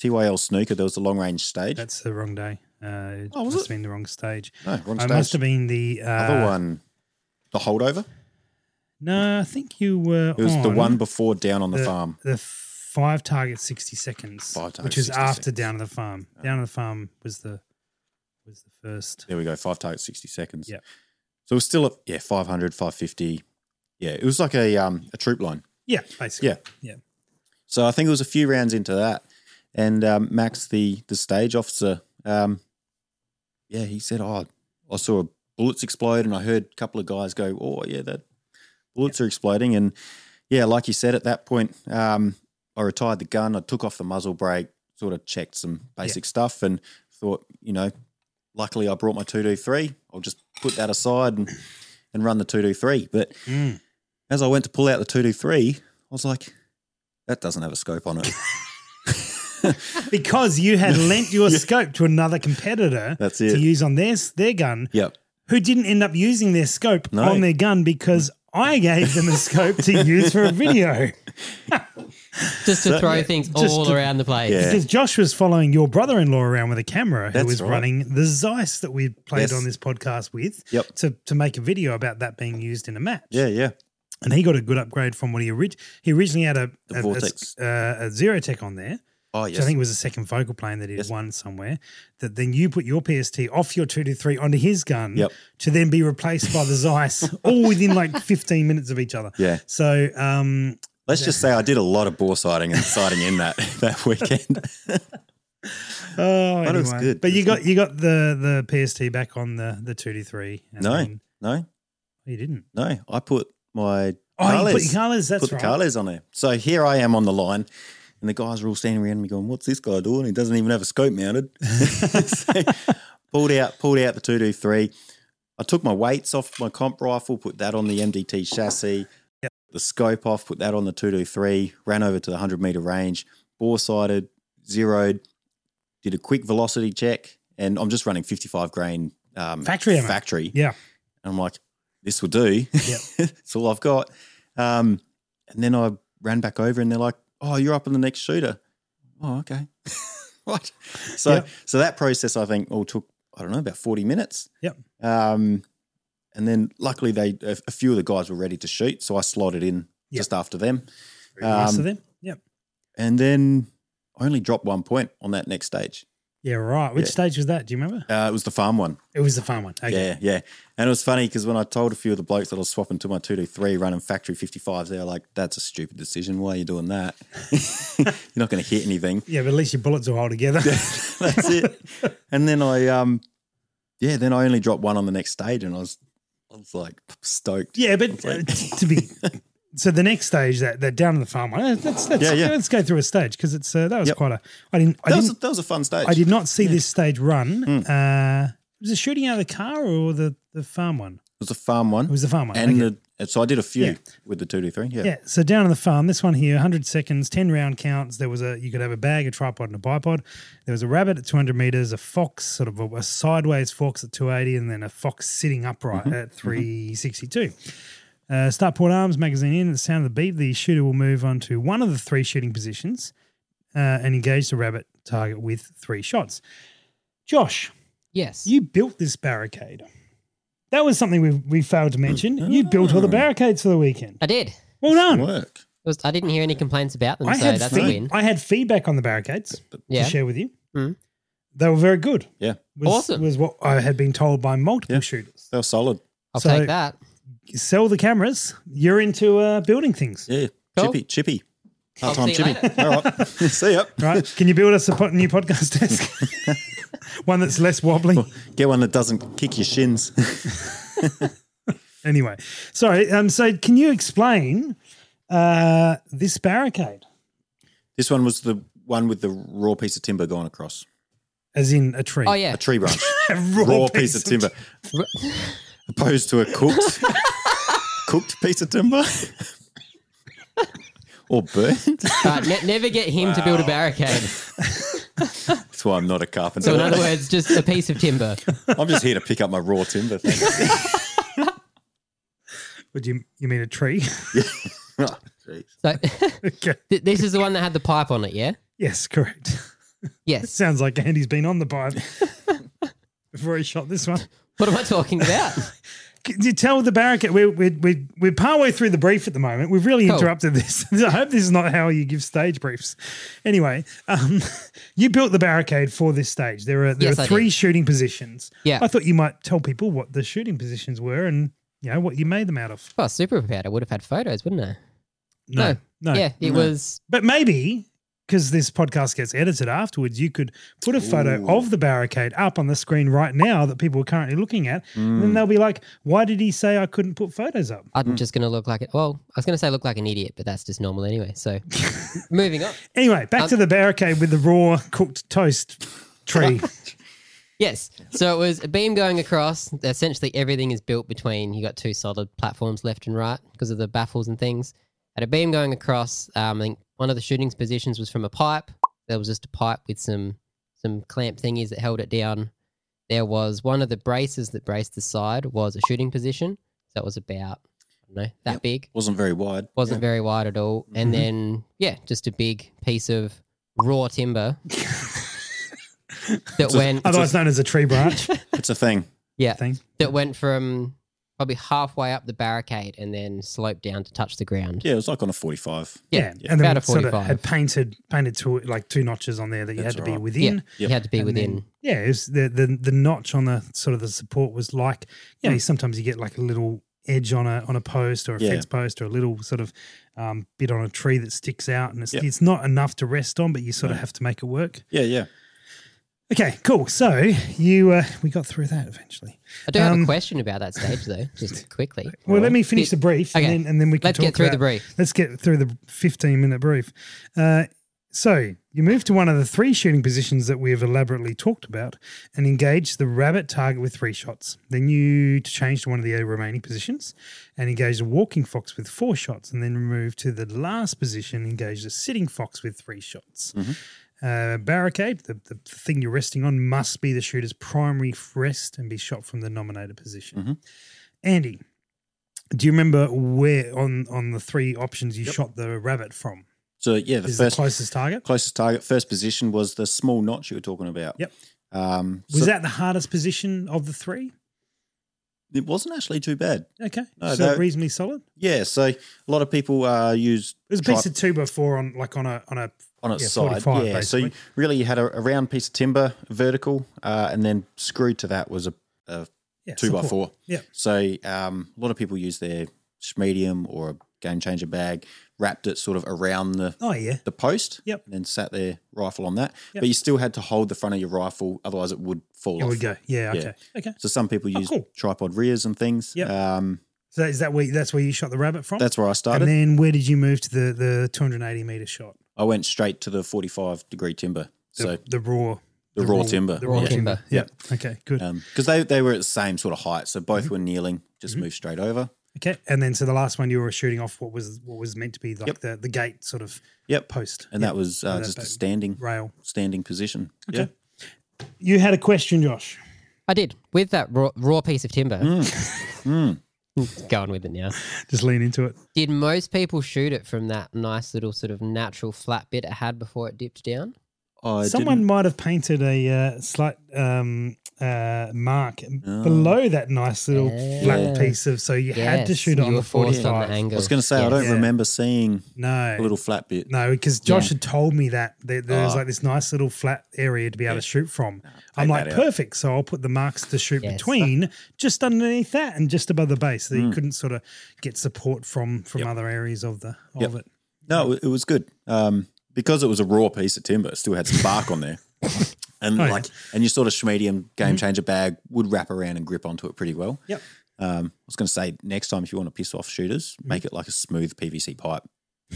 S2: TYL snooker. There was the long range stage.
S1: that's the wrong day. Uh, it
S2: Oh, was
S1: must
S2: it?
S1: have been the wrong stage.
S2: no, wrong
S1: I
S2: stage.
S1: must have been the uh,
S2: Other one, the holdover.
S1: No, I think you were.
S2: It was the
S1: on Uh,
S2: one before down on the,
S1: the-
S2: farm.
S1: the five target sixty seconds,
S2: Five target
S1: which is
S2: 60
S1: after
S2: seconds.
S1: down to the farm.
S2: Yeah.
S1: Down to the farm was the was the first.
S2: There we go. Five targets, sixty seconds.
S1: Yep.
S2: So it was still at yeah 500, 550. Yeah, it was like a um a troop line.
S1: Yeah, basically.
S2: Yeah. So I think it was a few rounds into that, and um, Max, the the stage officer, um, yeah, he said, "Oh, I saw bullets explode, and I heard a couple of guys go, oh yeah, that bullets are exploding." And yeah, like you said, at that point, um, I retired the gun, I took off the muzzle brake, sort of checked some basic stuff, and thought, you know, luckily I brought my two two three. I'll just put that aside and and run the two two three, but
S1: Mm.
S2: as I went to pull out the 223, I was like, that doesn't have a scope on it.
S1: Because you had lent your scope to another competitor
S2: That's
S1: to
S2: it.
S1: use on their s- their gun,
S2: Yep.
S1: who didn't end up using their scope
S2: No.
S1: on their gun because I gave them a scope to use for a video.
S3: Just to throw things
S1: just
S3: all
S1: to-
S3: around the place.
S2: Yeah.
S1: Because Josh was following your brother-in-law around with a camera, who
S2: That's
S1: was
S2: right.
S1: running the Zeiss that we played
S2: Yes.
S1: on this podcast with,
S2: Yep.
S1: to to make a video about that being used in a match.
S2: Yeah, yeah.
S1: and he got a good upgrade from what he originally he originally had a
S2: The
S1: a,
S2: Vortex.
S1: a, uh, a zero tech on there,
S2: Oh,
S1: which
S2: yes.
S1: I think was a second focal plane that he had
S2: Yes.
S1: won somewhere. That then you put your PST off your two to three onto his gun,
S2: Yep.
S1: to then be replaced by the Zeiss, all within like fifteen minutes of each other.
S2: yeah.
S1: So um,
S2: Let's just say I did a lot of bore sighting and sighting in that, that weekend.
S1: oh,
S2: But it was
S1: anyway.
S2: good.
S1: But
S2: It
S1: you
S2: was
S1: got you got the the PST back on the the two to three. and
S2: No.
S1: then- oh,
S2: no,
S1: you didn't.
S2: no. I put my
S1: Oh, you put
S2: Carles,
S1: your colors. That's
S2: put the
S1: right.
S2: Carles on there. So here I am on the line, and the guys are all standing around me going, What's this guy doing? He doesn't even have a scope mounted. So, pulled out pulled out the two two three. I took my weights off my comp rifle, put that on the MDT chassis.
S1: Yep.
S2: The scope off, put that on the two two three. Ran over to the hundred meter range, bore sighted, zeroed. Did a quick velocity check, and I'm just running fifty five grain um,
S1: Factory ammo.
S2: factory.
S1: Yeah.
S2: And I'm like, this will do.
S1: Yep.
S2: it's all I've got. Um, and then I ran back over and they're like, oh, you're up in the next shooter. Oh, okay. what? So,
S1: Yep.
S2: so that process, I think, all took, I don't know, about 40 minutes.
S1: Yep.
S2: Um, and then luckily they, a, a few of the guys were ready to shoot. So I slotted in
S1: Yep.
S2: just after them.
S1: Very nice
S2: Um,
S1: of them. Yep.
S2: And then I only dropped one point on that next stage.
S1: Yeah, right. Which
S2: yeah.
S1: stage was that? Do you remember?
S2: Uh, it was the farm one.
S1: It was the farm one. Okay.
S2: Yeah, yeah. And it was funny because when I told a few of the blokes that I was swapping to my 223 running factory 55s, they were like, that's a stupid decision. Why are you doing that? You're not going to hit anything.
S1: Yeah, but at least your bullets will hold together.
S2: that's it. And then I, um, yeah, then I only dropped one on the next stage and I was, I was like stoked.
S1: yeah, but uh, t- to be so the next stage that that down in the farm one. Let's let's, let's,
S2: Yeah, yeah.
S1: let's go through a stage because it's uh, that was
S2: Yep.
S1: quite a. I didn't. I
S2: That was,
S1: didn't.
S2: a, that was a fun stage.
S1: I did not see this stage run.
S2: Mm.
S1: Uh, was it shooting out of the car or the the farm one?
S2: It was a farm one.
S1: It was the farm one.
S2: and
S1: okay.
S2: the, so I did a few
S1: Yeah.
S2: with the 223. Yeah.
S1: Yeah. So down on the farm, this one here, 100 seconds, 10 round counts. There was a, you could have a bag, a tripod, and a bipod. There was a rabbit at 200 meters, a fox, sort of a, a sideways fox at 280, and then a fox sitting upright at 362. Uh, start port arms, magazine in, the sound of the beep. The shooter will move on to one of the three shooting positions uh, and engage the rabbit target with three shots. Josh,
S3: Yes.
S1: you built this barricade. That was something we, we failed to mention. You built all the
S2: Oh.
S1: barricades for the weekend.
S3: I did. It
S1: Well done.
S2: Work.
S3: was, I didn't hear any complaints about them, so that's a
S1: feed-
S3: win.
S1: I had feedback on the barricades
S3: Yeah.
S1: to share with you.
S3: Mm.
S1: They were very good.
S2: Yeah.
S1: Was,
S3: Awesome.
S1: Was what I had been told by multiple
S2: Yeah.
S1: shooters.
S2: They were solid.
S3: I'll
S1: So-
S3: take that.
S1: Sell the cameras. You're into uh, building things,
S2: Yeah.
S3: Cool.
S2: Chippy, chippy.
S3: I'll
S2: Part time
S3: see you
S2: chippy. All right. see ya.
S1: right? Can you build us a po- new podcast desk? One that's less wobbly.
S2: Get one that doesn't kick your shins.
S1: Anyway, sorry. Um, so can you explain uh, this barricade,
S2: This one was the one with the raw piece of timber going across
S1: as in a tree?
S3: Oh, yeah.
S2: a tree branch,
S1: a raw,
S2: raw piece of timber,
S3: R-
S2: opposed to a cooked cooked piece of timber or burnt.
S3: Uh, ne- never get him to build a barricade.
S2: That's why I'm not a carpenter.
S3: So, in other words, just a piece of timber.
S2: I'm just here to pick up my raw timber. Thing.
S1: Would you you mean a tree?
S3: So,
S1: okay.
S3: th- this is the one that had the pipe on it, yeah?
S1: Yes, correct.
S3: Yes.
S1: Sounds like Andy's been on the pipe before he shot this one.
S3: What am I talking about?
S1: Can you tell the barricade? We're, we're, we're, we're partway through the brief at the moment. We've really
S3: Cool.
S1: interrupted this. I hope this is not how you give stage briefs. Anyway, um, you built the barricade for this stage. There are there
S3: Yes,
S1: are
S3: I
S1: three
S3: did.
S1: shooting positions.
S3: Yeah.
S1: I thought you might tell people what the shooting positions were and you know what you made them out of.
S3: Well, super prepared. I would have had photos, wouldn't I?
S1: No, no.
S3: yeah, it
S2: no.
S3: was.
S1: But maybe because this podcast gets edited afterwards, you could put a photo
S2: Ooh.
S1: of the barricade up on the screen right now that people are currently looking at. And then
S2: Mm.
S1: they'll be like, why did he say I couldn't put photos up?
S3: I'm just going to look like it. Well, I was going to say look like an idiot, but that's just normal anyway. So, moving on.
S1: Anyway, back
S3: Um,
S1: to the barricade with the raw cooked toast tree.
S3: Yes. So it was a beam going across. Essentially, everything is built between. You got two solid platforms left and right because of the baffles and things. Had a beam going across. Um, I think one of the shooting positions was from a pipe. There was just a pipe with some some clamp thingies that held it down. There was one of the braces that braced the side was a shooting position. So it was about I don't know that
S2: Yep.
S3: big.
S2: Wasn't very wide.
S3: Wasn't very wide at all. And
S2: Mhm.
S3: then yeah, just a big piece of raw timber that
S2: It's a-
S3: went
S1: Otherwise known as a tree branch
S2: It's a thing.
S3: yeah
S1: thing.
S3: that went from probably halfway up the barricade and then sloped down to touch the ground.
S2: Yeah, it was like on a 45.
S3: Yeah,
S1: And then
S3: about
S1: we
S3: a
S1: sort of
S3: 45.
S1: had painted painted two like two notches on there that you
S2: That's
S1: had to be
S2: right.
S1: within.
S3: You had to be
S1: And then-
S3: within.
S1: yeah, it was the, the the notch on the sort of the support was like you know
S3: Hmm.
S1: sometimes you get like a little edge on a on a post or a
S2: Yeah.
S1: fence post or a little sort of um, bit on a tree that sticks out and it's
S2: Yep.
S1: it's not enough to rest on, but you sort of
S2: No.
S1: have to make it work.
S2: Yeah, yeah.
S1: Okay, cool. So you uh, we got through that eventually.
S3: I do have
S1: Um,
S3: a question about that stage though, just quickly.
S1: Well, let me finish
S3: Did-
S1: the brief,
S3: okay.
S1: and, then, and then we can
S3: Let's
S1: talk
S3: get through the
S1: about-
S3: brief.
S1: Let's get through the fifteen minute brief. Uh, So you move to one of the three shooting positions that we have elaborately talked about and engage the rabbit target with three shots. Then you change to one of the remaining positions and engage the walking fox with four shots, and then move to the last position, engage the sitting fox with three shots.
S2: Mhm.
S1: Uh, barricade, the, the thing you're resting on, must be the shooter's primary rest and be shot from the nominated position.
S2: Mhm.
S1: Andy, do you remember where on, on the three options you shot the rabbit from?
S2: So yeah, the
S1: Is
S2: first
S1: the closest target?
S2: closest target, first position was the small notch you were talking about.
S1: Yep.
S2: Um,
S1: Was
S2: so
S1: that the hardest position of the three?
S2: It wasn't actually too bad.
S1: Okay,
S2: No,
S1: so
S2: that-
S1: reasonably solid.
S2: Yeah. So a lot of people uh, use
S1: It was a
S2: tri-
S1: piece of two by four on like on a on a
S2: on its
S1: yeah,
S2: side.
S1: 45
S2: yeah. So you,
S1: basically.
S2: really, you had a, a round piece of timber, vertical, uh, and then screwed to that was a, a
S1: yeah,
S2: two by
S1: support.
S2: four.
S1: Yeah.
S2: So um, a lot of people use their medium or a game changer bag, wrapped it sort of around the
S1: Oh yeah,
S2: the post.
S1: Yep.
S2: And then sat their rifle on that.
S1: Yep.
S2: But you still had to hold the front of your rifle, otherwise it would fall
S1: here
S2: off.
S1: we go. Yeah,
S2: Yeah.
S1: okay, okay.
S2: So some people
S1: Oh,
S2: use
S1: cool.
S2: tripod rears and things.
S1: Yep.
S2: Um,
S1: So is that where that's where you shot the rabbit from?
S2: that's where I
S1: and
S2: started.
S1: then where did you move to the the 280 meter shot?
S2: I went straight to the 45 degree timber.
S1: The,
S2: So
S1: the raw,
S2: the raw timber,
S1: the raw
S3: yeah.
S1: timber. Yeah.
S2: Yeah.
S1: Okay, good.
S2: because um, they, they were at the same sort of height. So
S1: Mm-hmm.
S2: both were kneeling, just moved straight over.
S1: okay, and then so the last one you were shooting off what was what was meant to be like
S2: Yep.
S1: the the gate sort of
S2: Yep.
S1: post
S2: And that was uh,
S1: that
S2: just a
S1: back.
S2: standing
S1: rail.
S2: standing position.
S1: Okay. You had a question, Josh.
S3: I did with that raw, raw piece of timber.
S2: Mm.
S3: Going with it now.
S1: Just lean into it.
S3: Did most people shoot it from that nice little sort of natural flat bit it had before it dipped down?
S2: I
S1: Someone
S2: didn't-
S1: might have painted a uh, slight um, uh, mark
S2: Ah.
S1: below that nice little flat
S3: Oh. Yeah.
S1: piece of, so you had to
S3: Yes,
S1: shoot it on
S3: you
S1: the
S3: were forced on the
S1: 45.
S2: I
S3: angle.
S2: was going to say, I
S3: Yes.
S2: don't
S1: Yeah.
S2: remember seeing
S1: No,
S2: a little flat bit.
S1: no, because Josh
S3: Yeah. Oh.
S1: had told me that there, there was
S2: Ah.
S1: like this nice little flat area to be able to shoot from. I'm
S2: take
S1: like,
S2: that out.
S1: perfect. So I'll put the marks to shoot
S3: Yes. Hmm.
S1: between just underneath that and just above the base, so you
S2: Mm.
S1: couldn't sort of get support from from other areas of the of
S2: Yep.
S1: it.
S2: No, it, it was good um, because it was a raw piece of timber. It still had some bark on there, and
S1: Oh, yeah. Mhm.
S2: like and your sort of schmedium game changer bag would wrap around and grip onto it pretty well.
S1: Yep.
S2: Um, I was going to say next time if you want to piss off shooters,
S1: Mhm.
S2: make it like a smooth PVC pipe.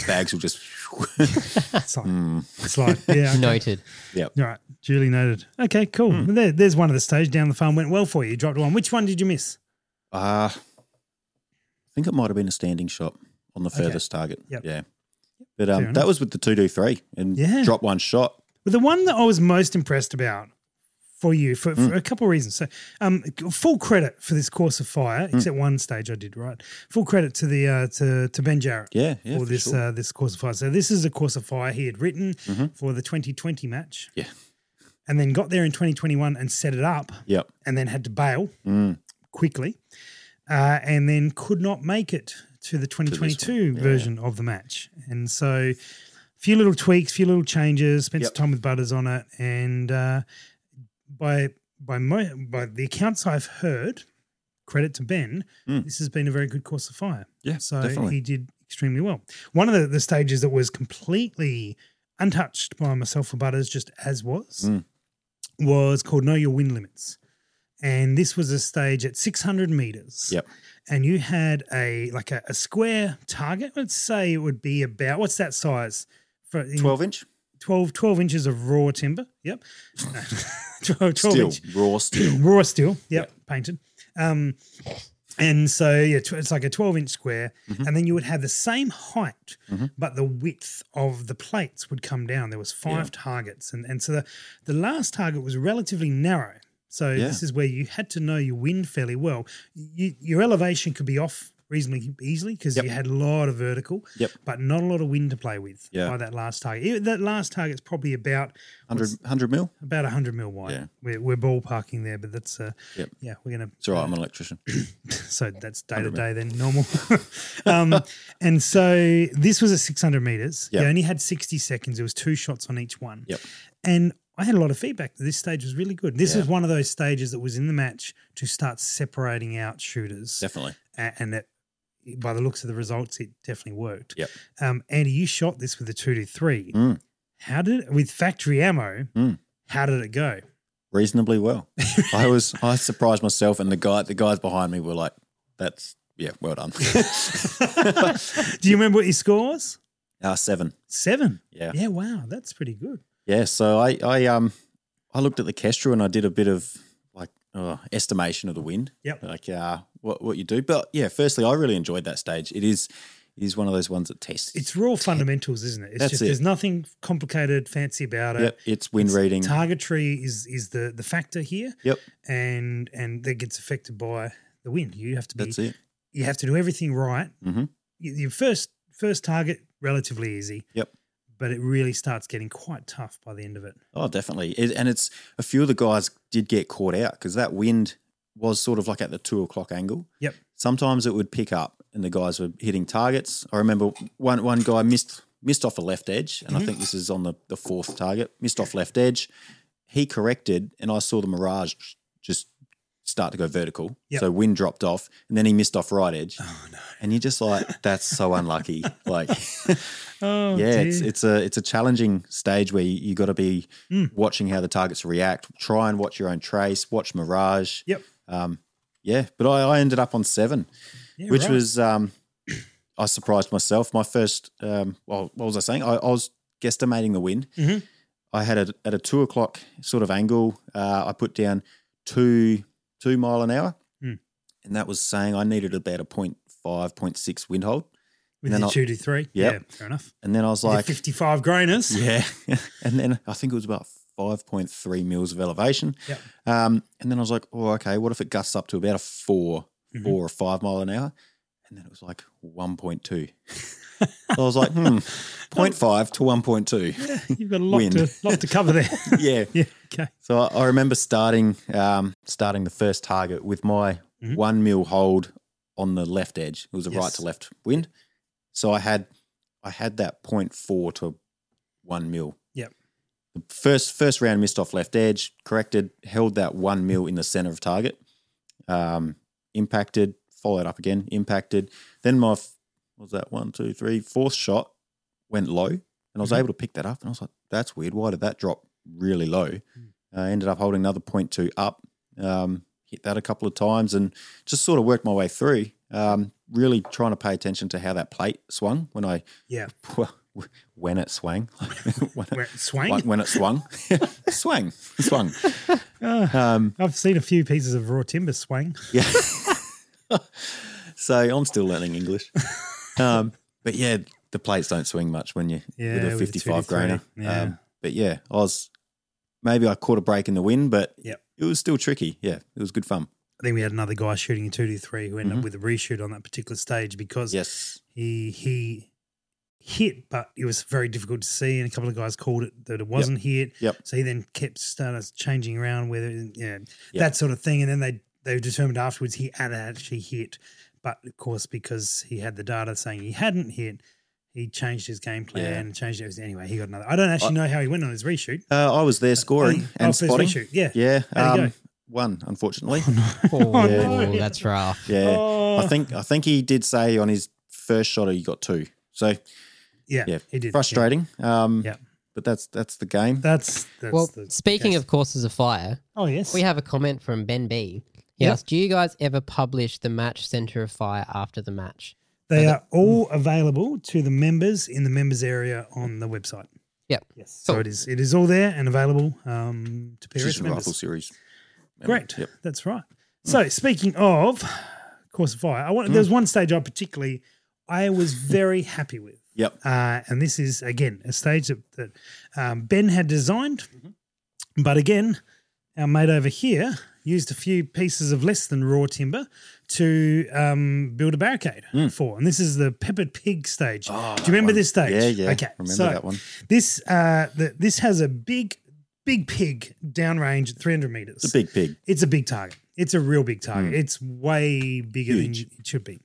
S2: Bags will just.
S1: It's like,
S3: Hmm.
S2: Mm.
S1: it's like yeah, okay.
S3: Noted.
S1: All right, duly noted. Okay, cool.
S2: Hmm.
S1: Well, There, there's one of the stage down the farm went well for you. You dropped one. Which one did you miss?
S2: Uh, I think it might have been a standing shot on the
S1: Okay.
S2: furthest target.
S1: Yep.
S2: Yeah. But
S1: Fair
S2: um,
S1: enough.
S2: that was with the two do three and
S1: Yeah.
S2: drop one shot.
S1: Well, the one that I was most impressed about for you for,
S2: Hmm.
S1: for a couple of reasons. So, um, full credit for this course of fire,
S2: Hmm.
S1: except one stage I did right. Full credit to the uh, to to Ben Jarrett.
S2: Yeah, yeah.
S1: for
S2: for
S1: this
S2: sure. Mm-hmm.
S1: uh, this course of fire. So this is a course of fire he had written for the 2020 match.
S2: Yeah.
S1: and then got there in 2021 and set it up,
S2: yep.
S1: and then had to bail
S2: Mm.
S1: quickly, uh, and then could not make it to the
S2: this
S1: 2022 version of the match. And so, few little tweaks, few little changes. Spent
S2: Yep.
S1: some time with Butters on it, and uh, by by mo- by the accounts I've heard, credit to Ben,
S2: Mm.
S1: this has been a very good course of fire.
S2: Yeah,
S1: So
S2: definitely.
S1: he did extremely well. One of the, the stages that was completely untouched by myself or Butters, just as was,
S2: Mm.
S1: was called Know Your Win Limits. And this was a stage at 600 meters.
S2: Yep.
S1: And you had a like a, a square target. Let's say it would be about what's that size? For, in
S2: 12 inch?
S1: 12, 12 inches of raw timber. Yep. No, 12, 12
S2: Steel.
S1: inch
S2: Raw steel.
S1: raw steel. Yep, painted. Um, and so yeah, tw- it's like a twelve-inch square,
S2: Mm-hmm.
S1: and then you would have the same height, but the width of the plates would come down. There was five targets, and and so the, the last target was relatively narrow. So
S2: Yeah.
S1: this is where you had to know your wind fairly well. You, your elevation could be off reasonably easily because
S2: Yep.
S1: you had a lot of vertical,
S2: Yep.
S1: but not a lot of wind to play with
S2: Yeah.
S1: by that last target. Even That last target's probably about
S2: 100, 100 mil?
S1: about 100 mil wide.
S2: Yeah.
S1: We're, we're ballparking there, but that's, uh,
S2: Yep.
S1: yeah, we're going
S2: It's all right. I'm an electrician.
S1: to, so that's day to day then, normal. um, and so this was at 600 meters. You
S2: Yep.
S1: only had 60 seconds. It was two shots on each one.
S2: Yep.
S1: And I had a lot of feedback that this stage was really good. This
S2: Yeah.
S1: was one of those stages that was in the match to start separating out shooters.
S2: Definitely.
S1: A- And it, by the looks of the results, it definitely worked.
S2: Yep.
S1: Um, Andy, you shot this with a 2 to 3.
S2: Mm.
S1: How did it, with factory ammo,
S2: Mm.
S1: how did it go?
S2: Reasonably well. I was, I surprised myself and the guy, the guys behind me were like, that's, yeah, well done.
S1: Do you remember what your score was?
S2: Uh, seven.
S1: Seven.
S2: Yeah.
S1: Yeah, wow, that's pretty good.
S2: Yeah, so I, I um I looked at the Kestrel and I did a bit of like uh, estimation of the wind.
S1: Yep.
S2: Like uh what what you do. But yeah, firstly I really enjoyed that stage. It is it is one of those ones that tests.
S1: It's raw fundamentals, isn't it? It's
S2: That's
S1: just
S2: it.
S1: there's nothing complicated, fancy about it.
S2: yep, it's wind reading.
S1: Targetry is is the the factor here.
S2: Yep.
S1: And and that gets affected by the wind. You have to be
S2: That's it.
S1: you have to do everything right.
S2: Mhm.
S1: Y- Your first first target relatively easy.
S2: Yep.
S1: But it really starts getting quite tough by the end of it.
S2: Oh, definitely. It, and it's a few of the guys did get caught out because that wind was sort of like at the two o'clock angle.
S1: Yep.
S2: Sometimes it would pick up and the guys were hitting targets. I remember one one guy missed missed off a left edge,
S1: Mm-hmm.
S2: and I think this is on the, the fourth target, missed off left edge. He corrected and I saw the mirage just start to go vertical.
S1: Yep.
S2: So wind dropped off and then he missed off right edge.
S1: Oh no.
S2: And you're just like, that's so unlucky. Like
S1: Oh
S2: yeah,
S1: dear.
S2: it's it's a it's a challenging stage where you, you got to be
S1: Mm.
S2: watching how the targets react. Try and watch your own trace. Watch Mirage.
S1: Yep.
S2: Um, yeah, but I, I ended up on seven,
S1: Yeah,
S2: which
S1: right.
S2: was um, I surprised myself. My first, um, well, what was I saying? I, I was guesstimating the wind.
S1: Mhm.
S2: I had a, at a two o'clock sort of angle. Uh, I put down two two mile an hour,
S1: Mm.
S2: and that was saying I needed about a point five, point six wind hold.
S1: with
S2: then
S1: your
S2: I'll-
S1: two to three.
S2: Yep.
S1: Yeah, fair enough.
S2: And then I was
S1: With your
S2: like,
S1: fifty-five grainers.
S2: Yeah. and then I think it was about 5.3 mils of elevation.
S1: Yep.
S2: Um, and then I was like, oh, okay, what if it gusts up to about a 4
S1: Mhm.
S2: four or five mile an hour? And then it was like 1.2. so I was like, hmm, 0.5 to 1.2.
S1: You've got a lot
S2: Wind.
S1: to lot to cover there.
S2: yeah.
S1: yeah. Okay.
S2: So I, I remember starting um, starting the first target with my
S1: Mhm.
S2: one mil hold on the left edge. It was a
S1: Yes.
S2: right to left wind. So I had I had that 0.4 to one mil.
S1: Yep.
S2: The first first round missed off left edge, corrected, held that one mil in the center of target. Um, impacted, followed up again, impacted. Then my f- what was that one, two, three, fourth shot went low, and I was
S1: Mhm.
S2: able to pick that up. And I was like, "That's weird. Why did that drop really low?"
S1: Mm.
S2: I ended up holding another point two up, um, hit that a couple of times, and just sort of worked my way through. Um, really trying to pay attention to how that plate swung when I
S1: Yeah.
S2: when it swung, when, it,
S1: Where it swang.
S2: when- when it swung, swang, swung.
S1: Ah,
S2: Um,
S1: I've seen a few pieces of raw timber swang.
S2: yeah. so I'm still learning English, um, but yeah, the plates don't swing much when you
S1: Yeah, with
S2: with
S1: a two
S2: a
S1: to
S2: 55
S1: three,
S2: grainer.
S1: yeah.
S2: Um, but yeah, I was maybe I caught a break in the wind, but
S1: Yep.
S2: it was still tricky. Yeah, it was good fun.
S1: I think we had another guy shooting a two to three who
S2: Mm-hmm.
S1: ended up with a reshoot on that particular stage because
S2: Yes.
S1: he he hit, but it was very difficult to see, and a couple of guys called it that it wasn't hit.
S2: Yep.
S1: So he then kept started changing around whether yeah that sort of thing, and then they they determined afterwards he had actually hit, but of course because he had the data saying he hadn't hit. He changed his game plan
S2: Yeah.
S1: and changed everything. Anyway, he got another. I don't actually know how he went on his reshoot.
S2: Uh, I was there scoring
S1: Oh,
S2: and
S1: his
S2: spotting.
S1: reshoot. Yeah.
S2: Yeah,
S1: How'd it
S2: um, one unfortunately.
S3: Oh,
S1: no.
S3: that's rough.
S2: Yeah,
S1: Oh.
S2: I think I think he did say on his first shot he got two. So
S1: Yeah,
S2: yeah,
S1: he did. yeah.
S2: frustrating. Um,
S1: Yeah.
S2: but that's that's the game.
S1: That's, that's
S3: Well,
S1: the
S3: speaking
S1: case.
S3: of courses of fire,
S1: oh yes,
S3: we have a comment from Ben B. He
S1: Yep.
S3: asked, "Do you guys ever publish the match center of fire after the match?"
S1: they are all available to the members in the members area on the website.
S3: Yep.
S1: Yes. So
S3: Cool.
S1: it is. It is all there and available um, to PRS
S2: Precision
S1: members.
S2: rifle series. Remember?
S1: Great.
S2: Yep.
S1: That's right. So speaking of course of fire, I want there's
S2: Mm.
S1: one stage I particularly I was very happy with.
S2: Yep.
S1: Uh, and this is again a stage that, that um, Ben had designed,
S2: Mm-hmm.
S1: but again, our mate over here used a few pieces of less than raw timber to um, build a barricade for. And this is the peppered pig stage.
S2: Mm. Oh,
S1: Do
S2: that
S1: you remember
S2: one.
S1: this stage?
S2: Yeah, yeah.
S1: Okay,
S2: Remember
S1: so
S2: that one.
S1: This uh, the, this has a big, big pig downrange at 300 meters
S2: It's a big pig.
S1: it's a big target. It's a real big target. It's way bigger
S2: Mm. Huge.
S1: than it should be.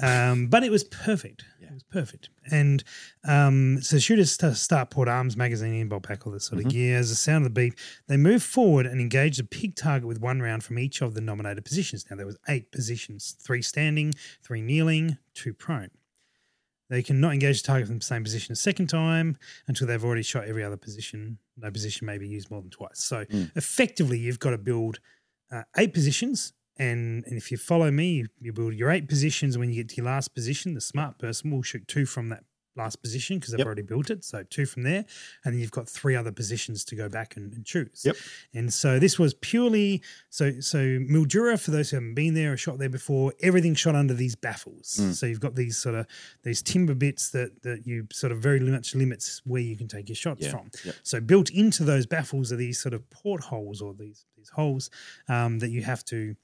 S1: Um, but it was perfect. It was perfect. And um, so shooters st- start port arms, magazine, inbolt pack, all this sort
S2: Mm-hmm.
S1: of gear. As the sound of the beep, they move forward and engage the pig target with one round from each of the nominated positions. Now there was eight positions: three standing, three kneeling, two prone. They cannot engage the target from the same position a second time until they've already shot every other position. No position may be used more than twice. So
S2: Mm.
S1: effectively, you've got to build uh, eight positions. And, and if you follow me, you, you build your eight positions. When you get to your last position, the smart person will shoot two from that last position because they've
S2: Yep.
S1: already built it. So two from there, and then you've got three other positions to go back and, and choose.
S2: Yep.
S1: And so this was purely so so Mildura. For those who haven't been there or shot there before, everything shot under these baffles.
S2: Mm.
S1: So you've got these sort of these timber bits that that you sort of very much limits where you can take your shots
S2: Yeah.
S1: from.
S2: Yep.
S1: So built into those baffles are these sort of portholes or these these holes um, that you have to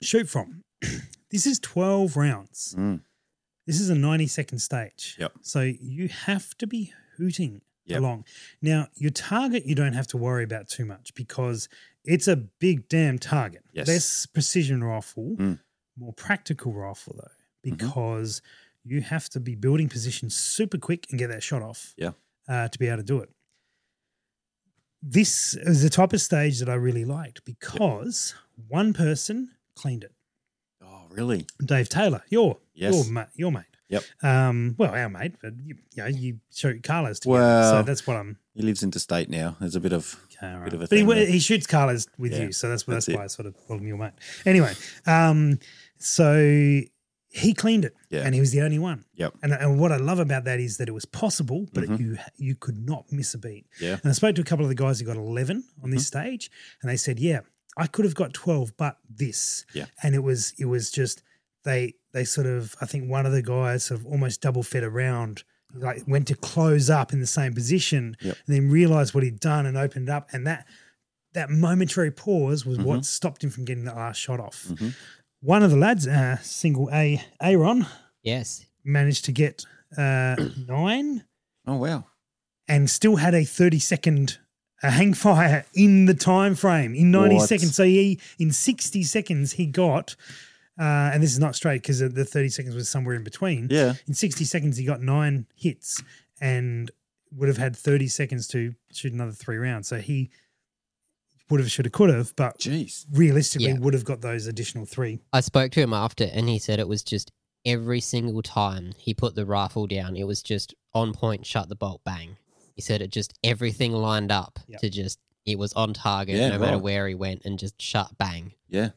S1: shoot from. this is twelve rounds.
S2: Mm.
S1: This is a 90 second stage.
S2: Yep.
S1: So you have to be hooting
S2: Yep.
S1: along. Now, your target you don't have to worry about too much because it's a big damn target.
S2: Yes.
S1: Less precision rifle,
S2: Mm.
S1: more practical rifle though,
S2: Mhm.
S1: because you have to be building position super quick and get that shot off.
S2: Yeah.
S1: Uh, to be able to do it. This is the type of stage that I really liked because one person cleaned it.
S2: Oh, really?
S1: Dave Taylor, your
S2: Yes.
S1: your mate, your mate.
S2: Yep.
S1: Um, well, our mate, but you, you know, you shoot Carlos together, so
S2: Well,
S1: that's what I'm.
S2: He lives interstate now. There's a bit of
S1: Okay, all right.
S2: bit of a
S1: but he,
S2: thing
S1: wa-
S2: there.
S1: he shoots Carlos with
S2: Yeah,
S1: you, so that's that's,
S2: that's
S1: that's
S2: it.
S1: why I sort of called him your mate. Anyway, um, so he cleaned it,
S2: Yeah.
S1: and he was the only one.
S2: Yep.
S1: And, and what I love about that is that it was possible, but
S2: Mhm.
S1: you you could not miss a beat.
S2: yeah. Mm-hmm.
S1: And I spoke to a couple of the guys who got 11 on this stage, and they said, "Yeah, I could have got 12, but this."
S2: Yeah.
S1: And it was it was just they they sort of I think one of the guys sort of almost double fed around, like went to close up in the same position,
S2: Yep.
S1: and then realized what he'd done and opened up, and that that momentary pause was
S2: Mm-hmm.
S1: what stopped him from getting the last shot off.
S2: Mhm.
S1: One of the lads, uh, single A Aaron,
S3: Yes.
S1: managed to get uh, nine
S2: Oh wow.
S1: and still had a 30 second uh, hang fire in the time frame in 90
S2: What?
S1: seconds. So he in 60 seconds he got, uh, and this is not straight because the 30 seconds was somewhere in between.
S2: Yeah.
S1: In 60 seconds he got nine hits and would have had 30 seconds to shoot another three rounds. So he would have, should have, could have, but
S2: Jeez.
S1: realistically
S3: Yeah.
S1: would have got those additional three.
S3: I spoke to him after, and he said it was just every single time he put the rifle down, it was just on point, shut the bolt, bang. He said it just everything lined up
S1: Yeah.
S3: to just it was on target,
S2: Yeah,
S3: no matter
S2: right.
S3: where he went, and just shut, bang.
S2: Yeah.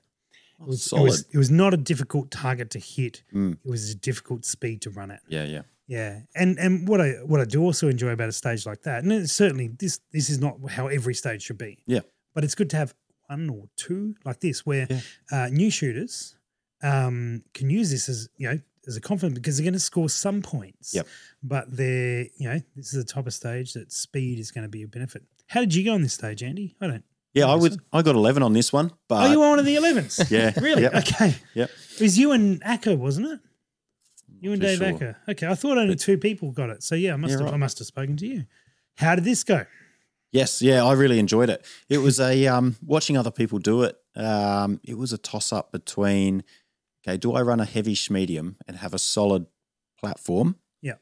S1: It was, it
S2: Solid.
S1: was, it was not a difficult target to hit.
S2: Mm.
S1: It was a difficult speed to run at.
S2: Yeah. Yeah.
S1: Yeah, and and what I what I do also enjoy about a stage like that, and it's certainly this this is not how every stage should be.
S2: Yeah.
S1: but it's good to have one or two like this where
S2: Yeah.
S1: uh, new shooters um, can use this as you know as a confidence because they're going to score some points.
S2: Yep.
S1: but they're you know this is the type of stage that speed is going to be a benefit. How did you go on this stage, Andy? I don't.
S2: Yeah. I
S1: Nice
S2: would. I got eleven on this one, but
S1: oh, you were one of the elevens.
S2: yeah.
S1: Really?
S2: Yep.
S1: Okay.
S2: Yep.
S1: It was you and Acker, wasn't it? You and
S2: too
S1: Dave
S2: sure.
S1: Acker. Okay. I thought only
S2: But-
S1: two people got it. So yeah, I must
S2: Yeah,
S1: have
S2: right.
S1: I must have spoken to you. How did this go?
S2: Yes, yeah, I really enjoyed it. It was a um, watching other people do it. Um, it was a toss up between okay, do I run a heavy schmedium and have a solid platform?
S1: Yep.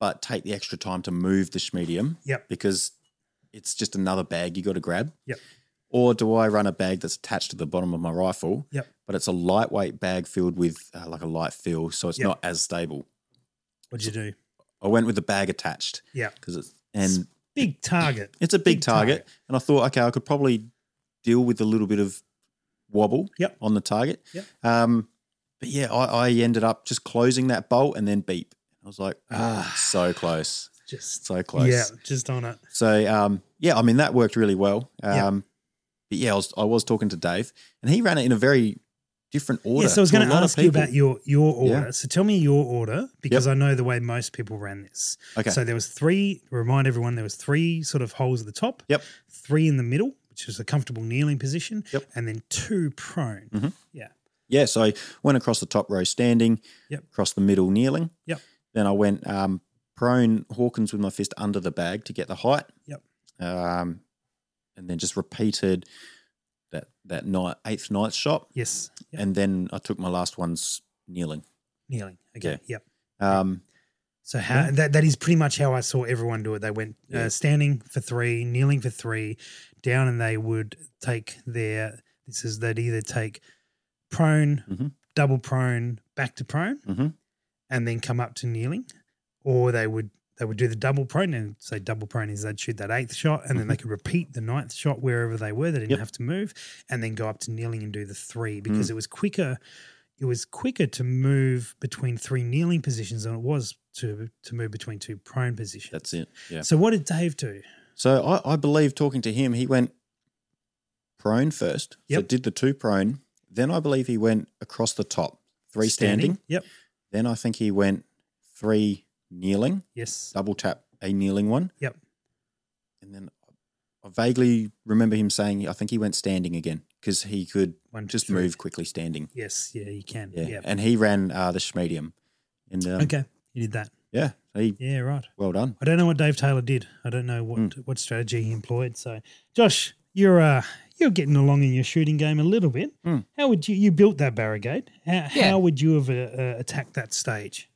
S2: But take the extra time to move the schmedium.
S1: Yep.
S2: Because it's just another bag you got to grab.
S1: Yep.
S2: Or do I run a bag that's attached to the bottom of my rifle?
S1: Yep.
S2: But it's a lightweight bag filled with uh, like a light fill, so it's
S1: Yep.
S2: not as stable.
S1: What'd you do?
S2: I went with the bag attached.
S1: Yeah.
S2: Because it's and
S1: Big target.
S2: it's a big,
S1: Big
S2: target,
S1: target.
S2: and I thought, okay, I could probably deal with a little bit of wobble
S1: Yep.
S2: on the target.
S1: Yep.
S2: Um, but yeah, I, I ended up just closing that bolt and then beep. I was like, ah,
S1: Ah.
S2: so close,
S1: Just
S2: so close.
S1: Yeah, just on it.
S2: So um, yeah, I mean that worked really well.
S1: Yeah.
S2: Um, But yeah, I was, I was talking to Dave, and he ran it in a very different order.
S1: Yeah, so I was
S2: to a
S1: going to
S2: lot of
S1: ask you
S2: people.
S1: about your your order.
S2: Yeah.
S1: So tell me your order because I know the way most people ran this.
S2: Okay.
S1: So there was three. Remind everyone there was three sort of holes at the top.
S2: Yep.
S1: Three in the middle, which was a comfortable kneeling position.
S2: Yep.
S1: And then two prone.
S2: Mhm.
S1: Yeah.
S2: Yeah, so I went across the top row standing,
S1: Yep.
S2: across the middle kneeling.
S1: Yep.
S2: Then I went um, prone Hawkins with my fist under the bag to get the height.
S1: Yep.
S2: Um, and then just repeated that that night eighth night shot,
S1: Yes. Yep.
S2: and then I took my last ones kneeling.
S1: Kneeling. Okay.
S2: Yeah.
S1: Yep.
S2: Um,
S1: So how,
S2: Yeah.
S1: that that is pretty much how I saw everyone do it. They went uh,
S2: Yeah.
S1: standing for three, kneeling for three, down, and they would take their. This is they'd either take prone,
S2: Mhm.
S1: double prone, back to prone,
S2: Mhm.
S1: and then come up to kneeling, or they would they would do the double prone and say double prone is they'd shoot that eighth shot, and then they could repeat the ninth shot wherever they were. They didn't
S2: Mm-hmm. Yep. Mm.
S1: have to move, and then go up to kneeling and do the three because it was quicker it was quicker to move between three kneeling positions than it was to to move between two prone positions.
S2: That's it. Yeah.
S1: So what did Dave do?
S2: So I, I believe talking to him, he went prone first. So
S1: Yep.
S2: did the two prone. Then I believe he went across the top, three standing.
S1: Yep.
S2: Then I think he went three kneeling,
S1: Yes.
S2: double tap a kneeling one.
S1: Yep.
S2: And then I vaguely remember him saying, I think he went standing again because he could
S1: One, two,
S2: just
S1: three.
S2: move quickly standing.
S1: Yes. Yeah, you can.
S2: Yeah.
S1: Yeah.
S2: And he ran uh, the Schmedium. And um,
S1: okay. You did that.
S2: yeah, he,
S1: Yeah. Right.
S2: well done.
S1: I don't know what Dave Taylor did. I don't know what what strategy he employed. So, Josh, you're uh, you're getting along in your shooting game a little bit.
S2: Mm.
S1: How would you you built that barricade? How,
S3: Yeah.
S1: how would you have uh, uh, attacked that stage?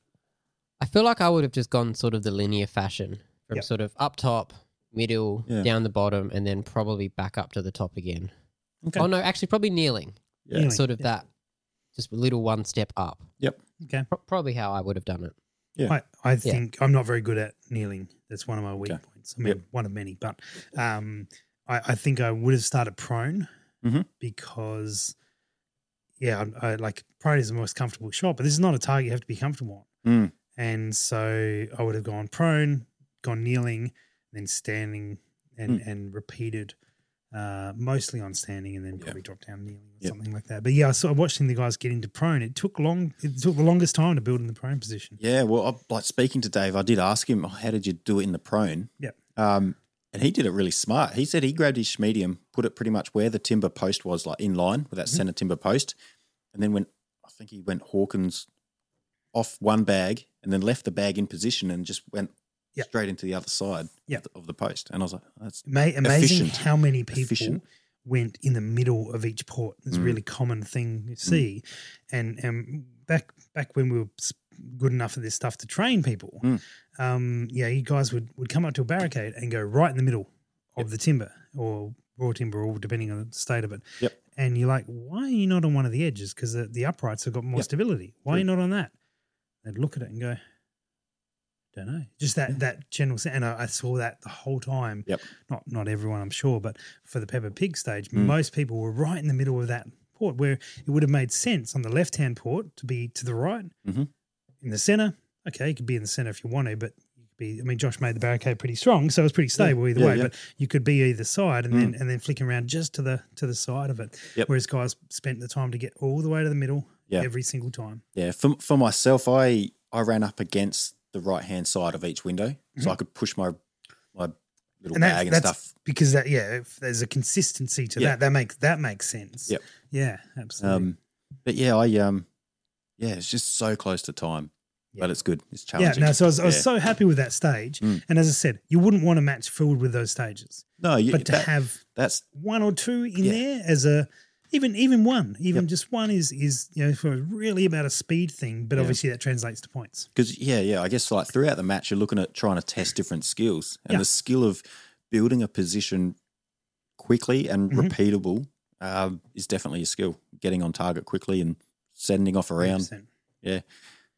S3: I feel like I would have just gone sort of the linear fashion from
S1: Yep.
S3: sort of up top, middle,
S2: Yeah.
S3: down the bottom, and then probably back up to the top again.
S2: Okay.
S3: Oh no, actually probably kneeling,
S2: Yeah.
S1: Kneeling,
S3: sort of
S1: yeah.
S3: that, just a little one step up.
S1: Okay.
S3: Pro- probably how I would have done it.
S2: Yeah.
S1: I, I think I'm not very good at kneeling. That's one of my weak
S2: Okay.
S1: points. I mean, one of many, but um, I, I think I would have started prone
S2: Mhm.
S1: because, yeah, I, I, like prone is the most comfortable shot, but this is not a target you have to be comfortable on.
S2: Mm.
S1: And so I would have gone prone, gone kneeling, then standing and,
S2: Mm.
S1: and repeated. Uh, mostly on standing, and then
S2: Yeah.
S1: probably dropped down kneeling or
S2: Yep.
S1: something like that. But yeah, I saw watching the guys get into prone. It took long. It took the longest time to build in the prone position.
S2: Yeah, well, I, like speaking to Dave, I did ask him, oh, "How did you do it in the prone?"
S1: Yep.
S2: Um, and he did it really smart. He said he grabbed his medium, put it pretty much where the timber post was, like in line with that
S1: Mm-hmm.
S2: center timber post, and then went. I think he went Hawkins off one bag and then left the bag in position and just went
S1: Yep.
S2: straight into the other side
S1: Yep.
S2: of, the, of the post. And I was like, "That's
S1: Ma- amazing
S2: Efficient.
S1: how many people
S2: Efficient.
S1: went in the middle of each port. It's a
S2: Mm.
S1: really common thing you see, and and back back when we were s- good enough at this stuff to train people,
S2: Mm.
S1: um, yeah, you guys would would come up to a barricade and go right in the middle of the timber or raw timber, or depending on the state of it.
S2: Yep.
S1: And you're like, why are you not on one of the edges? Because the, the uprights have got more
S2: Yep.
S1: stability. Why are you not on that? They'd look at it and go, don't know. Just that that general sense. And I, I saw that the whole time.
S2: Yep.
S1: Not not everyone, I'm sure, but for the Pepper Pig stage,
S2: Mm.
S1: most people were right in the middle of that port where it would have made sense on the left hand port to be to the right,
S2: Mhm.
S1: in the center. Okay, you could be in the center if you want to, but you could be. I mean, Josh made the barricade pretty strong, so it was pretty stable either
S2: Yeah,
S1: way.
S2: yeah. Mm.
S1: But you could be either side, and then and then flicking around just to the to the side of it.
S2: Yep.
S1: Whereas guys spent the time to get all the way to the middle
S2: Yeah.
S1: every single time.
S2: yeah." For for myself, I I ran up against the right hand side of each window, so I could push my my
S1: Mm-hmm.
S2: little
S1: And that's-
S2: bag and
S1: that's-
S2: stuff
S1: because that yeah, if there's a consistency to
S2: Yeah.
S1: that. That makes that makes sense.
S2: Yep.
S1: Yeah, absolutely.
S2: Um, but yeah, I um, yeah, it's just so close to time,
S1: Yeah.
S2: but it's good. It's
S1: yeah,
S2: challenging.
S1: no, so I was, I was
S2: Yeah.
S1: so happy with that stage.
S2: Mm.
S1: And as I said, you wouldn't want a match filled with those stages.
S2: no, you,
S1: But to
S2: that-
S1: have
S2: that's
S1: one or two in
S2: Yeah.
S1: there as a even even one, even just one is is you know for really about a speed thing, but
S2: Yeah.
S1: obviously that translates to points.
S2: because yeah, yeah. I guess like throughout the match, you're looking at trying to test different skills, and
S1: Yeah.
S2: the skill of building a position quickly and
S1: Mhm.
S2: repeatable um, is definitely a skill. Getting on target quickly and sending off around.
S1: 100%.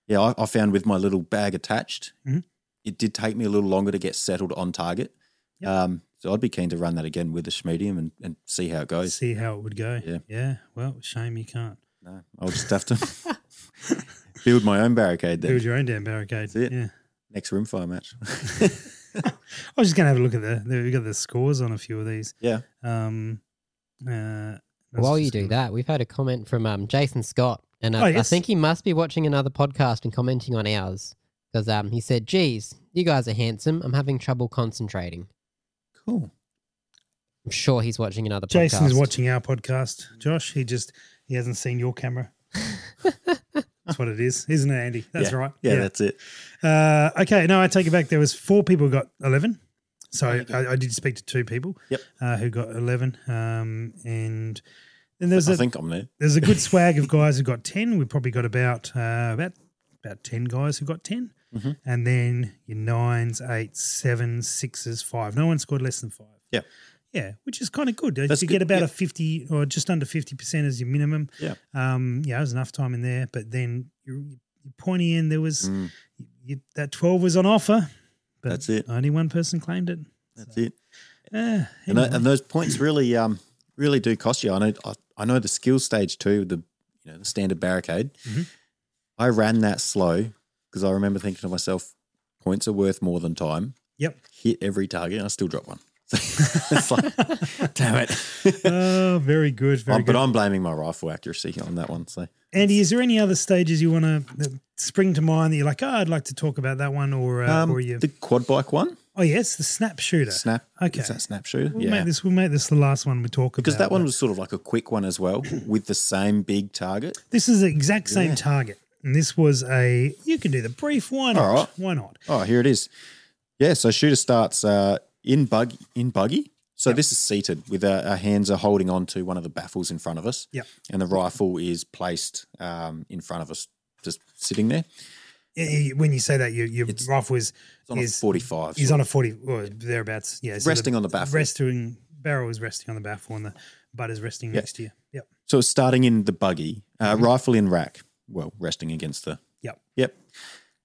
S2: Yeah, I, I found with my little bag attached,
S1: Mhm.
S2: it did take me a little longer to get settled on target.
S1: Yep.
S2: Um, so I'd be keen to run that again with the Schmedium and, and see how it goes.
S1: See how it would go.
S2: Yeah.
S1: Well, shame you can't
S2: No, I'll just have to build my own barricade then.
S1: build your own damn barricade.
S2: That's it.
S1: Yeah.
S2: Next room fire match.
S1: I was just gonna have a look at the, the we got the scores on a few of these.
S2: Yeah.
S1: Um. Uh, I was
S3: While you
S1: just
S3: do
S1: gonna-
S3: that, we've had a comment from um, Jason Scott, and uh, I,
S1: Oh,
S3: I
S1: yes.
S3: think he must be watching another podcast and commenting on ours because um, he said, "Geez, you guys are handsome. I'm having trouble concentrating."
S2: cool.
S3: I'm sure he's watching another podcast.
S1: Jason is watching our podcast. Josh, he just he hasn't seen your camera. that's what it is, isn't it, Andy? That's right.
S2: Yeah, that's it.
S1: Uh, okay, no, I take it back. There was four people who got eleven, so I, I did speak to two people.
S2: Yep.
S1: Uh, who got eleven? Um, and then there's
S2: I
S1: a
S2: think I'm there.
S1: there's a good swag of guys who got ten. We probably got about uh, about about ten guys who got 10
S2: Mhm.
S1: and then your nines, eights, sevens, sixes, five. No one scored less than five.
S2: Yeah.
S1: yeah, which is kind of good.
S2: That's
S1: you
S2: good,
S1: get about
S2: yeah.
S1: a fifty or just under fifty percent as your minimum.
S2: Yeah.
S1: um, yeah, there's enough time in there, but then you're, you're pointing in. There was
S2: Mm,
S1: you, that twelve was on offer, but
S2: That's it.
S1: Only one person claimed it.
S2: that's it.
S1: Ah,
S2: And, tho-
S1: anyway.
S2: and those points really, um, really do cost you. I know. I, I know the
S1: Mm-hmm.
S2: skill stage too. The you know the standard barricade.
S1: Mhm.
S2: I ran that slow, because I remember thinking to myself, points are worth more than time.
S1: Yep.
S2: Hit every target, and I still drop one. it's like, damn it.
S1: Oh, very good. Very
S2: Oh,
S1: good.
S2: but I'm blaming my rifle accuracy on that one. So
S1: Andy, is there any other stages you want to spring to mind that you're like, oh, I'd like to talk about that one, or uh,
S2: Um,
S1: or you?
S2: the quad bike one,
S1: oh yes, the snap shooter.
S2: snap.
S1: Okay.
S2: is that snap shooter?
S1: We'll
S2: yeah,
S1: make this. We'll make this the last one we talk about
S2: because that one was sort of like a quick one as well, with the same big target.
S1: This is the exact same
S2: Yeah.
S1: target, and this was a. You can do the brief. Why not?
S2: All right.
S1: Why not?
S2: Oh, here it is. Yeah, so shooter starts uh, in bug in buggy. So this is seated with uh, our, our hands are holding on to one of the baffles in front of us.
S1: Yep.
S2: And the rifle is placed um, in front of us, just sitting there.
S1: Eh, eh, When you say that, your your
S2: It's-
S1: rifle is
S2: It's on
S1: Is-
S2: a 45.
S1: is on a forty or thereabouts. Yeah, so
S2: resting on the baffle.
S1: Resting barrel is resting on the baffle, and the butt is resting
S2: Yeah.
S1: next to you. Yep.
S2: So it's starting in the buggy,
S1: Mm-hmm.
S2: uh, rifle in rack. Well, resting against the.
S1: Yep.
S2: Yep.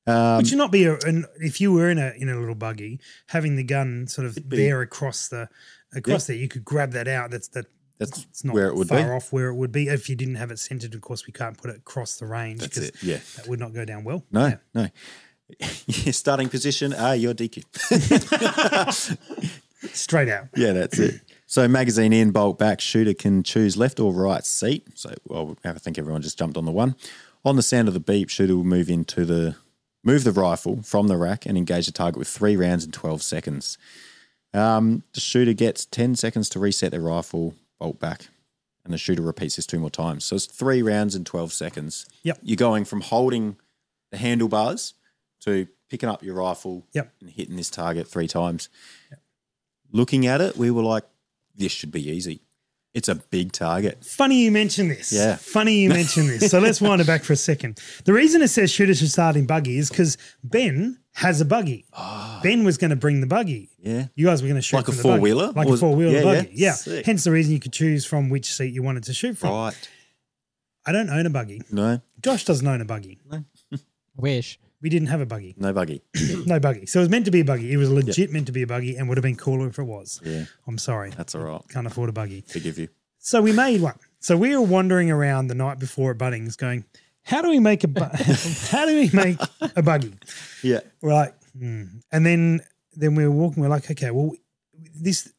S2: Um,
S1: Would you not be a, an, if you were in a in a little buggy, having the gun sort of
S2: be.
S1: there across the across there, you could grab that out. That's that.
S2: that's
S1: It's not
S2: where it would
S1: far
S2: be.
S1: off where it would be if you didn't have it centered. Of course, we can't put it across the range
S2: That's it. Yeah.
S1: that would not go down well.
S2: No,
S1: Yeah.
S2: no. Your starting position, ah, your DQ.
S1: straight out.
S2: yeah, that's it. So magazine in, bolt back, shooter can choose left or right seat. So well, I think everyone just jumped on the one. On the sound of the beep, shooter will move into the move the rifle from the rack and engage the target with three rounds in twelve seconds. Um, the shooter gets ten seconds to reset their rifle, bolt back, and the shooter repeats this two more times. So it's three rounds in twelve seconds.
S1: Yep.
S2: You're going from holding the handlebars to picking up your rifle
S1: Yep.
S2: and hitting this target three times. Looking at it, we were like, this should be easy. It's a big target.
S1: Funny you mention this.
S2: Yeah.
S1: Funny you mention this. So let's wind it back for a second. The reason it says shooter should start in buggy is because Ben has a buggy.
S2: Ah.
S1: Ben was going to bring the buggy.
S2: Yeah.
S1: You guys were going to shoot
S2: Oh. Like a
S1: from the buggy.
S2: four-wheeler?
S1: like a
S2: Was-
S1: four wheeler
S2: yeah,
S1: buggy.
S2: yeah.
S1: Yeah.
S2: Sick.
S1: Hence the reason you could choose from which seat you wanted to shoot from.
S2: Right.
S1: I don't own a buggy.
S2: No,
S1: Josh doesn't own a buggy.
S3: Wish.
S1: We didn't have a buggy.
S2: no buggy.
S1: No buggy. So it was meant to be a buggy. It was legit meant to be a buggy, and would have been cooler if it was.
S2: Yeah.
S1: I'm sorry.
S2: That's all right.
S1: Can't afford a buggy.
S2: Forgive you.
S1: So we made one. So we were wandering around the night before at Bunnings going, how do we make a bu- how do we make a buggy?
S2: Yeah.
S1: We're like, hmm. and then then we were walking. We're like, okay, well, this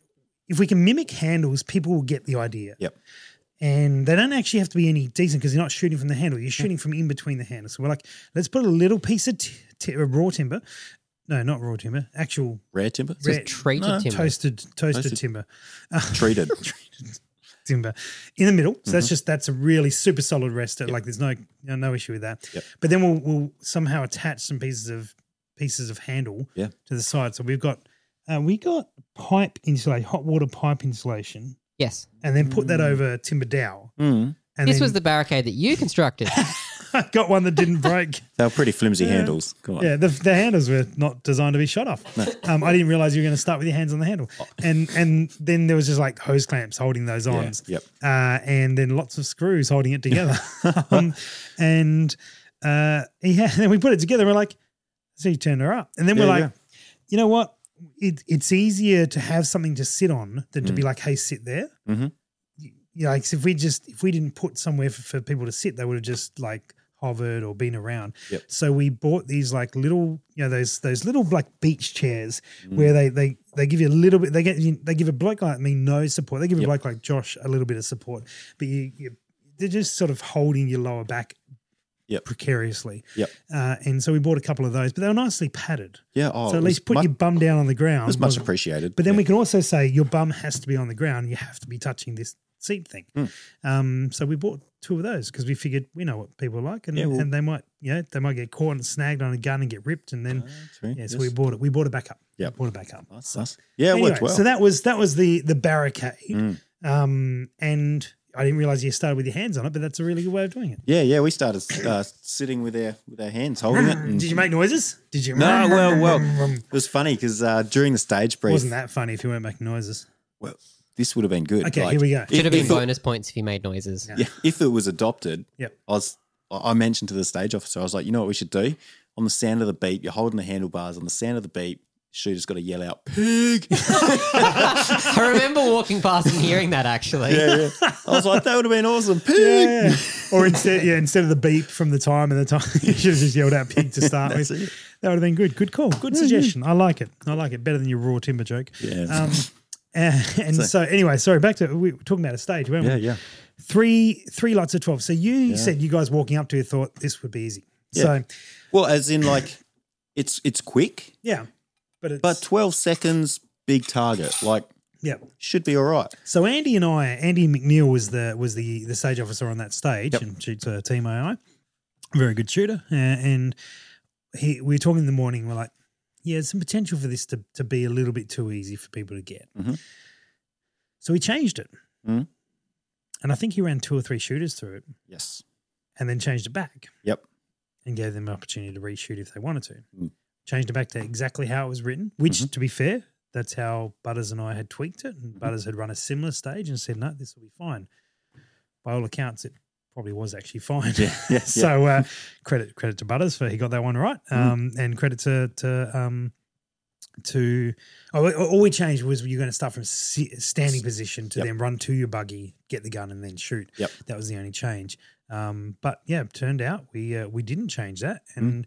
S1: if we can mimic handles, people will get the idea.
S2: Yep.
S1: And they don't actually have to be any decent because you're not shooting from the handle. You're shooting from in between the handles. So we're like, let's put a little piece of t- t- raw timber. No, not raw timber. Actual
S2: Rare timber?
S3: So
S1: Red.
S3: it's treated
S2: No,
S3: timber.
S1: toasted toasted,
S2: Toasted.
S1: timber
S2: Treated.
S1: timber in the middle. So that's
S2: Mm-hmm.
S1: just that's a really super solid rest. Like there's no no, no issue with that.
S2: Yep.
S1: But then we'll we'll somehow attach some pieces of pieces of handle
S2: Yeah.
S1: to the side. So we've got uh, we got pipe insulation, hot water pipe insulation,
S3: Yes.
S1: and then put that over timber dowel.
S2: Mm.
S1: And
S3: this
S1: then
S3: was the barricade that you constructed.
S1: I got one that didn't break.
S2: They were pretty flimsy handles. Come on.
S1: yeah, the, the handles were not designed to be shot off. Um, I didn't realize you were going to start with your hands on the handle, and and then there was just like hose clamps holding those on.
S2: Oh. Yeah. Yep.
S1: uh, and then lots of screws holding it together. um, and uh, yeah, then we put it together. We're like, so you turned her up, and then we're
S2: Yeah,
S1: like,
S2: yeah.
S1: you know what? It, it's easier to have something to sit on than to be like, hey, sit there.
S2: Mhm.
S1: You you know, 'cause if we just if we didn't put somewhere for, for people to sit, they would have just like hovered or been around.
S2: Yep.
S1: So we bought these like little, you know, those those little like beach chairs Mm.
S2: Mm.
S1: where they they they give you a little bit. They get you, they give a bloke like me no support. They give a
S2: Yep.
S1: bloke like Josh a little bit of support, but you, you they're just sort of holding your lower back.
S2: Yep.
S1: Precariously.
S2: Yep.
S1: Uh, and so we bought a couple of those, but they were nicely padded.
S2: Yeah. Oh,
S1: so
S2: it
S1: at least
S2: was
S1: put
S2: mu-
S1: your bum down on the ground.
S2: It was much
S1: wasn't-
S2: appreciated.
S1: but then
S2: Yeah.
S1: we can also say your bum has to be on the ground. You have to be touching this seat thing.
S2: Hmm.
S1: Um, so we bought two of those because we figured we know what people like, and,
S2: Yeah, well-
S1: and they might, you know, they might get caught and snagged on a gun and get ripped, and then
S2: Ah, true.
S1: yeah. So we
S2: Yes.
S1: bought it. We bought it back up.
S2: Yep.
S1: bought it back up.
S2: Nice, nice. Yeah, it
S1: Anyway,
S2: worked well.
S1: So that was that was the the barricade.
S2: Mm.
S1: Um, and I didn't realize you started with your hands on it, but that's a really good way of doing it.
S2: yeah, yeah. We started uh, sitting with our with our hands holding it. And
S1: Did you make noises? Did you?
S2: No, well, well. It was funny because uh, during the stage brief,
S1: Wasn't that funny if you weren't making noises?
S2: well, this would have been good.
S1: Okay,
S2: Like,
S1: here we go.
S2: if-
S3: Should have been
S2: if it-
S3: bonus points if you made noises.
S1: Yeah.
S2: yeah, if it was adopted,
S1: Yep.
S2: I was. I I mentioned to the stage officer, I was like, you know what we should do? On the sound of the beep, you're holding the handlebars. On the sound of the beep, shooter's got to yell out pig.
S3: I remember walking past and hearing that actually.
S2: yeah, yeah. I was like, that would have been awesome. Pig.
S1: Yeah, yeah. or instead, yeah, instead of the beep from the time and the time, you should have just yelled out pig to start with.
S2: That's
S1: That
S2: it.
S1: would have been good. Good call. Good suggestion. I like it. I like it better than your raw timber joke.
S2: Yeah.
S1: Um, and and so, anyway, sorry. Back to we were talking about a stage, weren't we?
S2: yeah, yeah.
S1: Three three lots of twelve. So you said you guys walking up to it thought this would be easy.
S2: Yeah.
S1: So
S2: Well, as in like, it's it's quick,
S1: yeah, but it's,
S2: but twelve seconds, big target. Like,
S1: yeah.
S2: should be all right.
S1: So Andy and I, Andy McNeil was the was the the stage officer on that stage and shoots uh, Team AI, very good shooter. Uh, and he, we were talking in the morning. We're like, yeah, there's some potential for this to to be a little bit too easy for people to get.
S2: Mhm.
S1: So we changed it,
S2: Mhm.
S1: and I think he ran two or three shooters through it,
S2: Yes.
S1: and then changed it back
S2: Yep.
S1: and gave them an opportunity to reshoot if they wanted to.
S2: Mm.
S1: Changed it back to exactly how it was written, which, to be fair, that's how Butters and I had tweaked it. And Butters had run a similar stage and said, no, this will be fine. By all accounts, it probably was actually fine.
S2: Yeah. yeah, Mm. yeah.
S1: so uh, credit credit to Butters for he got that one right, um, and credit to to um, to oh, we- all we changed was you're going to start from si- standing position to
S2: Yep.
S1: then run to your buggy, get the gun, and then shoot.
S2: Yep.
S1: that was the only change. Um, but yeah, it turned out we uh, we didn't change that,
S2: Mm.
S1: and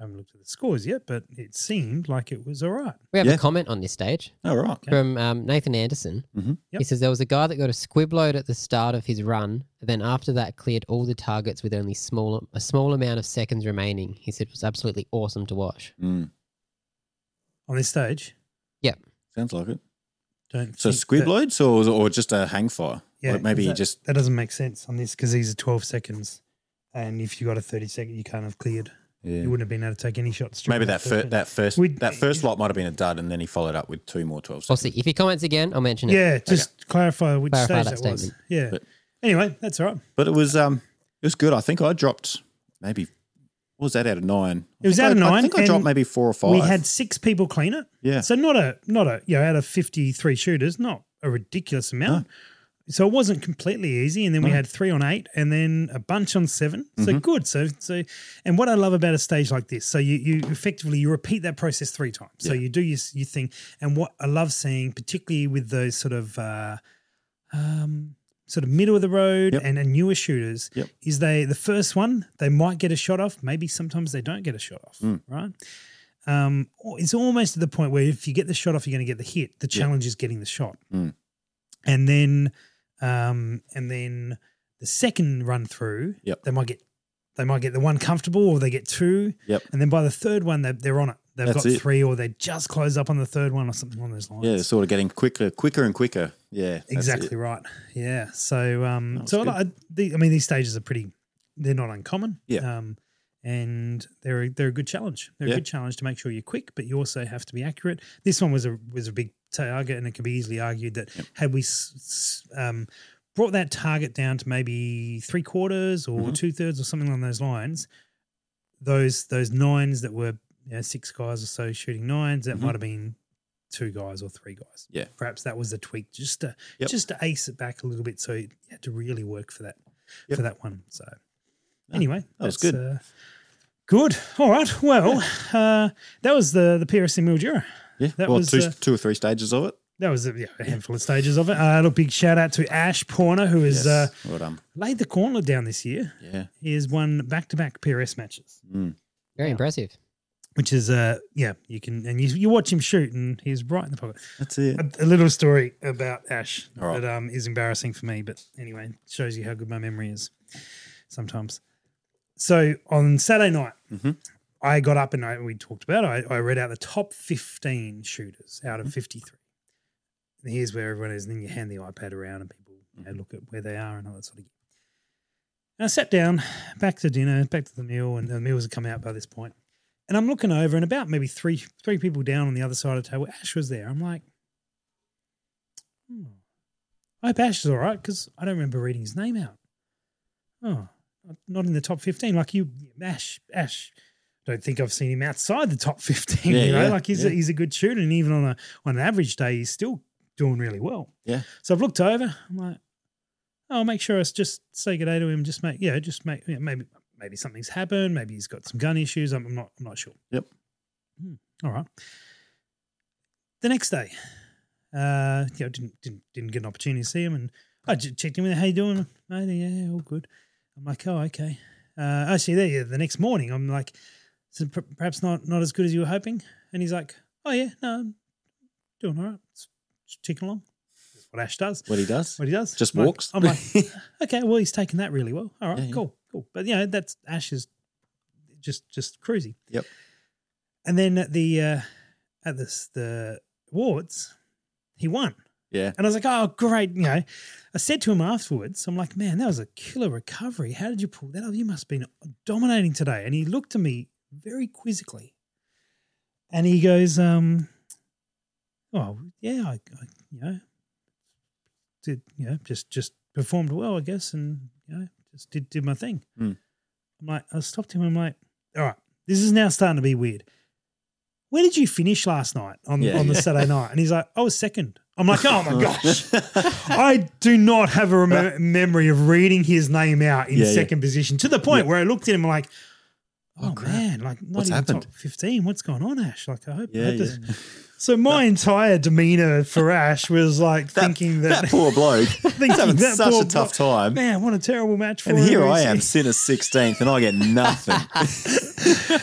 S1: I haven't looked at the scores yet, but it seemed like it was all right.
S3: We have
S2: Yeah.
S3: a comment on this stage
S2: all right.
S3: from um, Nathan Anderson.
S2: Mhm.
S1: Yep.
S3: He says there was a guy that got a squib load at the start of his run, and then after that cleared all the targets with only small a small amount of seconds remaining. He said it was absolutely awesome to watch.
S2: Mm,
S1: On this stage,
S2: sounds like it.
S1: don't
S2: So
S1: think
S2: squib
S1: that-
S2: loads or or just a hang fire?
S1: Yeah,
S2: Like maybe
S1: is
S2: you
S1: that-
S2: just
S1: that doesn't make sense on this because these are twelve seconds, and if you got a thirty second, you can't have cleared.
S2: yeah.
S1: You wouldn't have been able to take any shots. during
S2: maybe that
S1: first
S2: fir-
S1: one.
S2: that first
S1: We'd-
S2: that first lot might have been a dud, and then he followed up with two more twelve
S3: I'll
S2: seconds.
S3: see if he comments again. I'll mention it.
S1: Yeah, just clarify which
S3: Clarify
S1: stage that,
S3: that
S1: was.
S3: statement.
S1: Yeah.
S2: But-
S1: anyway, that's all right.
S2: But it was um it was good. I think I dropped maybe what was that out of nine? I
S1: It was
S2: think
S1: out of
S2: I- I
S1: nine,
S2: think I dropped
S1: and
S2: maybe four or five.
S1: We had six people clean it.
S2: yeah.
S1: So not a not a you know out of fifty three shooters, not a ridiculous amount. So it wasn't completely easy, and then we
S2: No.
S1: had three on eight, and then a bunch on seven. So
S2: Mm-hmm.
S1: good. So so, and what I love about a stage like this, so you you effectively you repeat that process three times. So
S2: Yeah.
S1: you do your s- your thing, and what I love seeing, particularly with those sort of uh, um, sort of middle of the road
S2: Yep.
S1: and, and newer shooters
S2: Yep.
S1: is they the first one they might get a shot off maybe sometimes they don't get a shot off
S2: Mm.
S1: right um, or it's almost to the point where if you get the shot off you're going to get the hit the
S2: Yeah.
S1: challenge is getting the shot
S2: Mm.
S1: and then um, and then the second run through
S2: Yep.
S1: they might get they might get the one comfortable or they get two
S2: Yep.
S1: and then by the third one they, they're on it they've
S2: That's
S1: got
S2: it.
S1: three or they just close up on the third one or something along those lines
S2: Yeah, sort of getting quicker, quicker and quicker. Yeah, that's
S1: Exactly
S2: it.
S1: right. Yeah. So, um,
S2: That's
S1: so
S2: good.
S1: I, the, I mean, these stages are pretty. They're not uncommon.
S2: Yeah.
S1: Um, and they're a- they're a good challenge. They're
S2: Yeah.
S1: a good challenge to make sure you're quick, but you also have to be accurate. This one was a was a big target, and it could be easily argued that had we s- s- um, brought that target down to maybe three quarters or
S2: Mhm.
S1: two thirds or something along those lines, those those nines that were you know, six guys or so shooting nines, that
S2: Mhm.
S1: might have been two guys or three guys.
S2: Yeah.
S1: Perhaps that was the tweak, just to
S2: Yep.
S1: just to ace it back a little bit. So you had to really work for that
S2: Yep.
S1: for that one. So
S2: No,
S1: anyway,
S2: that was
S1: that's, Uh, good. All right. Well, uh, that was the the PRC Mildura.
S2: Yeah,
S1: That
S2: well,
S1: was,
S2: two,
S1: uh,
S2: two or three stages of it.
S1: That was uh, yeah, a handful of stages of it. Uh, a big shout out to Ash Porner, who has uh,
S2: Yes. well done.
S1: laid the gauntlet down this year.
S2: Yeah,
S1: He has won back to back PRS matches,
S2: Mm.
S3: Very impressive.
S1: which is uh, yeah, you can and you, you watch him shoot, and he's right in the pocket.
S2: that's it.
S1: a, a little story about Ash
S2: All right.
S1: that um, is embarrassing for me, but anyway, shows you how good my memory is sometimes. So on Saturday night,
S2: Mhm.
S1: I got up and I, we talked about it. I, I read out the top 15 shooters out
S2: Mm-hmm.
S1: of 53. And here's where everyone is. And then you hand the iPad around and people you
S2: Mm-hmm.
S1: know, look at where they are and all that sort of gear. And I sat down, back to dinner, back to the meal, and the meals had come out by this point. And I'm looking over, and about maybe three three people down on the other side of the table, Ash was there. I'm like, hmm. I hope Ash is all right because I don't remember reading his name out. Oh, not in the top 15. Like you, Ash, Ash. Don't think I've seen him outside the top 15.
S2: Yeah,
S1: you know,
S2: yeah,
S1: like he's, a,
S2: yeah.
S1: he's a good shooter. And even on, a, on an average day, he's still doing really well.
S2: Yeah.
S1: So I've looked over. I'm like, "Oh, I'll make sure I s- just say good day to him. Just make, yeah, just make, yeah, maybe, maybe something's happened. Maybe he's got some gun issues. I'm, I'm not, I'm not sure.
S2: Yep.
S1: Hmm, All right. the next day, uh, you know, didn't didn't didn't get an opportunity to see him, and I j- checked in with him. How you doing? Oh, yeah, all good. I'm like, oh, okay. Uh, I see. There, yeah. The next morning, I'm like, so per- perhaps not not as good as you were hoping. And he's like, oh yeah, no, I'm doing all right. It's just ticking along. That's what Ash does.
S2: What he does?
S1: What he does?
S2: Just
S1: I'm like-
S2: walks.
S1: I'm like, okay, well, he's taken that really well. All right,
S2: Yeah, yeah.
S1: cool, cool. But you know, that's Ash is just just cruising.
S2: Yep.
S1: And then at the uh, at this the awards, he won,
S2: yeah.
S1: and I was like, oh great, you know. I said to him afterwards, I'm like, man, that was a killer recovery. How did you pull that off? You must have been dominating today. And he looked at me very quizzically, and he goes, um, oh yeah, I, I you know did you know just just performed well, I guess, and you know just did did my thing.
S2: Hmm.
S1: I'm like, I stopped him. I'm like, all right, this is now starting to be weird. Where did you finish last night on
S2: Yeah,
S1: on the
S2: yeah.
S1: Saturday night? And he's like, I was second. I'm like, oh my gosh. I do not have a remem- memory of reading his name out in
S2: Yeah, yeah.
S1: second position to the point
S2: Yeah.
S1: where I looked at him like,
S2: Oh,
S1: oh,
S2: crap.
S1: man, like not
S2: What's
S1: even
S2: happened?
S1: top 15. What's going on, Ash? Like, I hope, I
S2: yeah,
S1: hope
S2: yeah.
S1: this- So my entire demeanor for Ash was like thinking that,
S2: that poor bloke.
S1: thinking
S2: He's having
S1: that
S2: such
S1: poor
S2: a tough time.
S1: man, what a terrible match for
S2: and
S1: him.
S2: here I
S1: He's-
S2: am, sinner sixteenth, and I get nothing.
S1: Uh,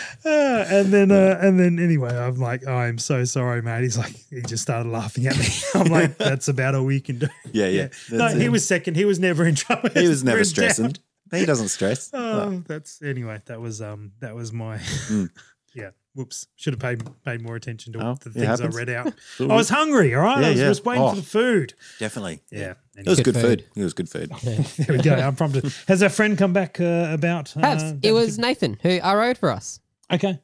S1: and then, uh, and then, anyway, I'm like, "Oh, I'm so sorry, mate. He's like, he just started laughing at me. I'm like, that's about all we can do.
S2: Yeah, yeah.
S1: No,
S2: That's
S1: he
S2: it.
S1: was second. He was never in trouble.
S2: He was never
S1: We're
S2: stressing.
S1: down.
S2: He doesn't stress.
S1: Oh, that's anyway. That was um. That was my. yeah. Whoops. Should have paid paid more attention to
S2: Oh,
S1: the
S2: it
S1: things I
S2: happens.
S1: read out.
S2: all
S1: I was hungry. All right.
S2: Yeah,
S1: I was
S2: yeah.
S1: just waiting
S2: Oh.
S1: for the food.
S2: Definitely.
S1: Yeah.
S2: It was
S1: Anyway,
S2: good,
S3: Good
S2: food. It was good
S1: Oh.
S2: food.
S1: there we go. I'm prompted. Has our friend come back uh, about? Uh,
S3: Perhaps
S1: that
S3: it was
S1: particular-
S3: Nathan who I rode for us.
S1: Okay.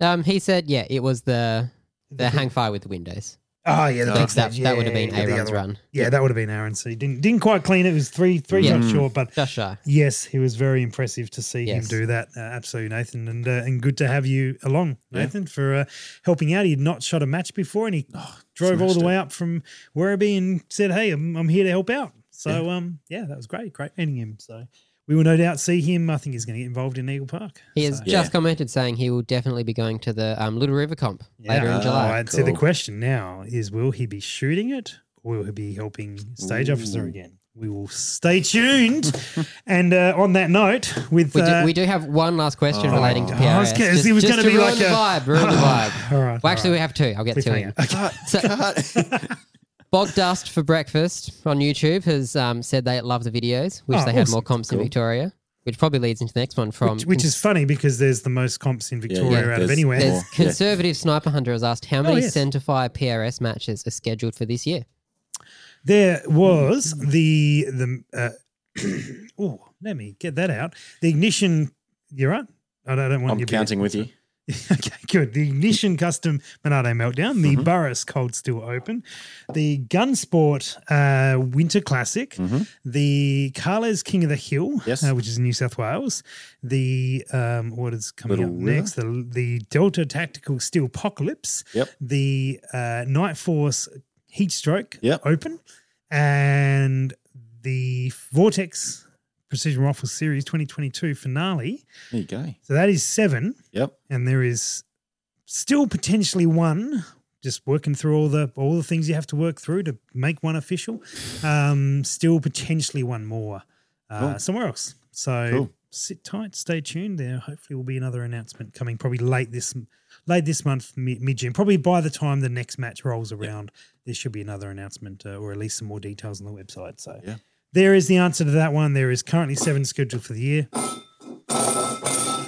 S3: Um, he said, yeah, it was the the
S1: The-
S3: hang fire with the windows.
S1: Oh yeah. The
S3: Like
S1: backstage.
S3: that,
S1: yeah,
S3: that would have been
S1: yeah, the
S3: Aaron's
S1: other one.
S3: run.
S1: Yeah, that would have been Aaron. So he didn't didn't quite clean it. It was three three
S3: Yeah.
S1: shots
S2: Mm.
S1: short, but
S3: Just shy.
S1: yes, he was very impressive to see
S3: Yes.
S1: him do that. Uh, absolutely, Nathan, and uh, and good to have you along,
S2: Yeah.
S1: Nathan, for uh, helping out. He had not shot a match before, and he
S2: Oh,
S1: drove all
S2: smashed
S1: the
S2: it.
S1: way up from Werribee and said, "Hey, I'm, I'm here to help out." So, um, yeah, that was great, great meeting him. So, we will no doubt see him. I think he's going to get involved in Eagle Park.
S3: He has
S1: So-
S2: Yeah.
S3: just commented saying he will definitely be going to the um, Little River comp later
S1: Yeah.
S3: in July.
S1: All right, So the
S2: Cool.
S1: question now is, will he be shooting it or will he be helping stage officer
S2: Ooh.
S1: again? We will stay tuned. and uh, on that note, with
S3: We do,
S1: uh,
S3: we do have one last question
S2: Oh.
S3: relating to
S1: Oh, I was
S3: PRS.
S1: gonna-
S3: just
S1: it was
S3: just
S1: gonna
S3: to
S1: be
S3: ruin
S1: like
S3: the
S1: a-
S3: vibe, ruin the vibe.
S1: all right,
S3: Well,
S1: all
S3: actually, we
S1: right.
S3: have two. I'll get two in.
S1: Cliffhanger. Okay.
S2: Cut,
S3: So-
S2: cut.
S3: Bog Dust for Breakfast on YouTube has um, said they love the videos, which
S1: Oh,
S3: they had
S1: awesome.
S3: more comps in
S2: Cool.
S3: Victoria, which probably leads into the next one from
S1: Which, which is funny because there's the most comps in
S2: yeah,
S1: Victoria out of
S2: there's-
S1: anywhere.
S3: There's
S2: Or-
S3: conservative sniper hunter has asked how
S1: Oh,
S3: many
S1: yes.
S3: centre fire PRS matches are scheduled for this year.
S1: There was the the uh, oh, let me get that out. The ignition. You're right. I don't, I don't want
S2: I'm
S1: you
S2: counting with you.
S1: okay, good. The ignition custom Monado meltdown.
S2: Mm-hmm.
S1: The Burris cold still open. The Gunsport uh, Winter Classic.
S2: Mhm.
S1: The Carles King of the Hill,
S2: Yes.
S1: uh, which is in New South Wales. The um, what is coming
S2: Little
S1: up
S2: River.
S1: next? The, the Delta Tactical Steel Apocalypse.
S2: Yep.
S1: The uh, Night Force Heat Stroke
S2: Yep.
S1: Open, and the Vortex Precision Rifle Series 2022 finale.
S2: There you go.
S1: So that is seven
S2: Yep.
S1: and there is still potentially one just working through all the all the things you have to work through to make one official um still potentially one more uh,
S2: Cool.
S1: somewhere else so
S2: Cool.
S1: sit tight stay tuned there hopefully will be another announcement coming probably late this late this month mi- mid-june probably by the time the next match rolls around there should be another announcement uh, or at least some more details on the website so
S2: Yeah.
S1: there is the answer to that one there is currently seven scheduled for the year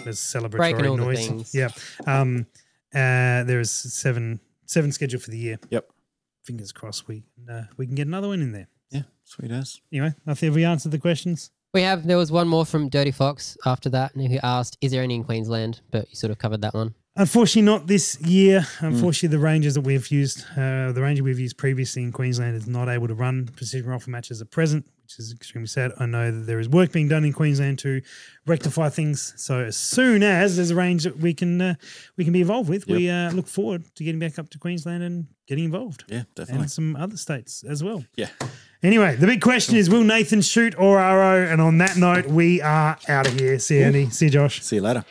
S1: there's celebratory
S3: Breaking all the
S1: noise
S3: things.
S1: yeah um uh there is seven seven scheduled for the year
S2: Yep.
S1: fingers crossed we uh, we can get another one in there
S2: Yeah. Sweet as.
S1: anyway i think have we answered the questions
S3: We have there was one more from Dirty Fox after that, and who asked, "Is there any in Queensland?" But you sort of covered that one.
S1: Unfortunately, not this year. Unfortunately, the rangers that we've used, uh, the ranger we've used previously in Queensland, is not able to run precision rifle matches at present, which is extremely sad. I know that there is work being done in Queensland to rectify things. So as soon as there's a range that we can uh, we can be involved with, we uh, look forward to getting back up to Queensland and getting involved,
S2: Yeah, definitely.
S1: and some other states as well.
S2: Yeah.
S1: Anyway, the big question is: Will Nathan shoot or RO? And on that note, we are out of here. See you, Andy. See you, Josh.
S2: See you later.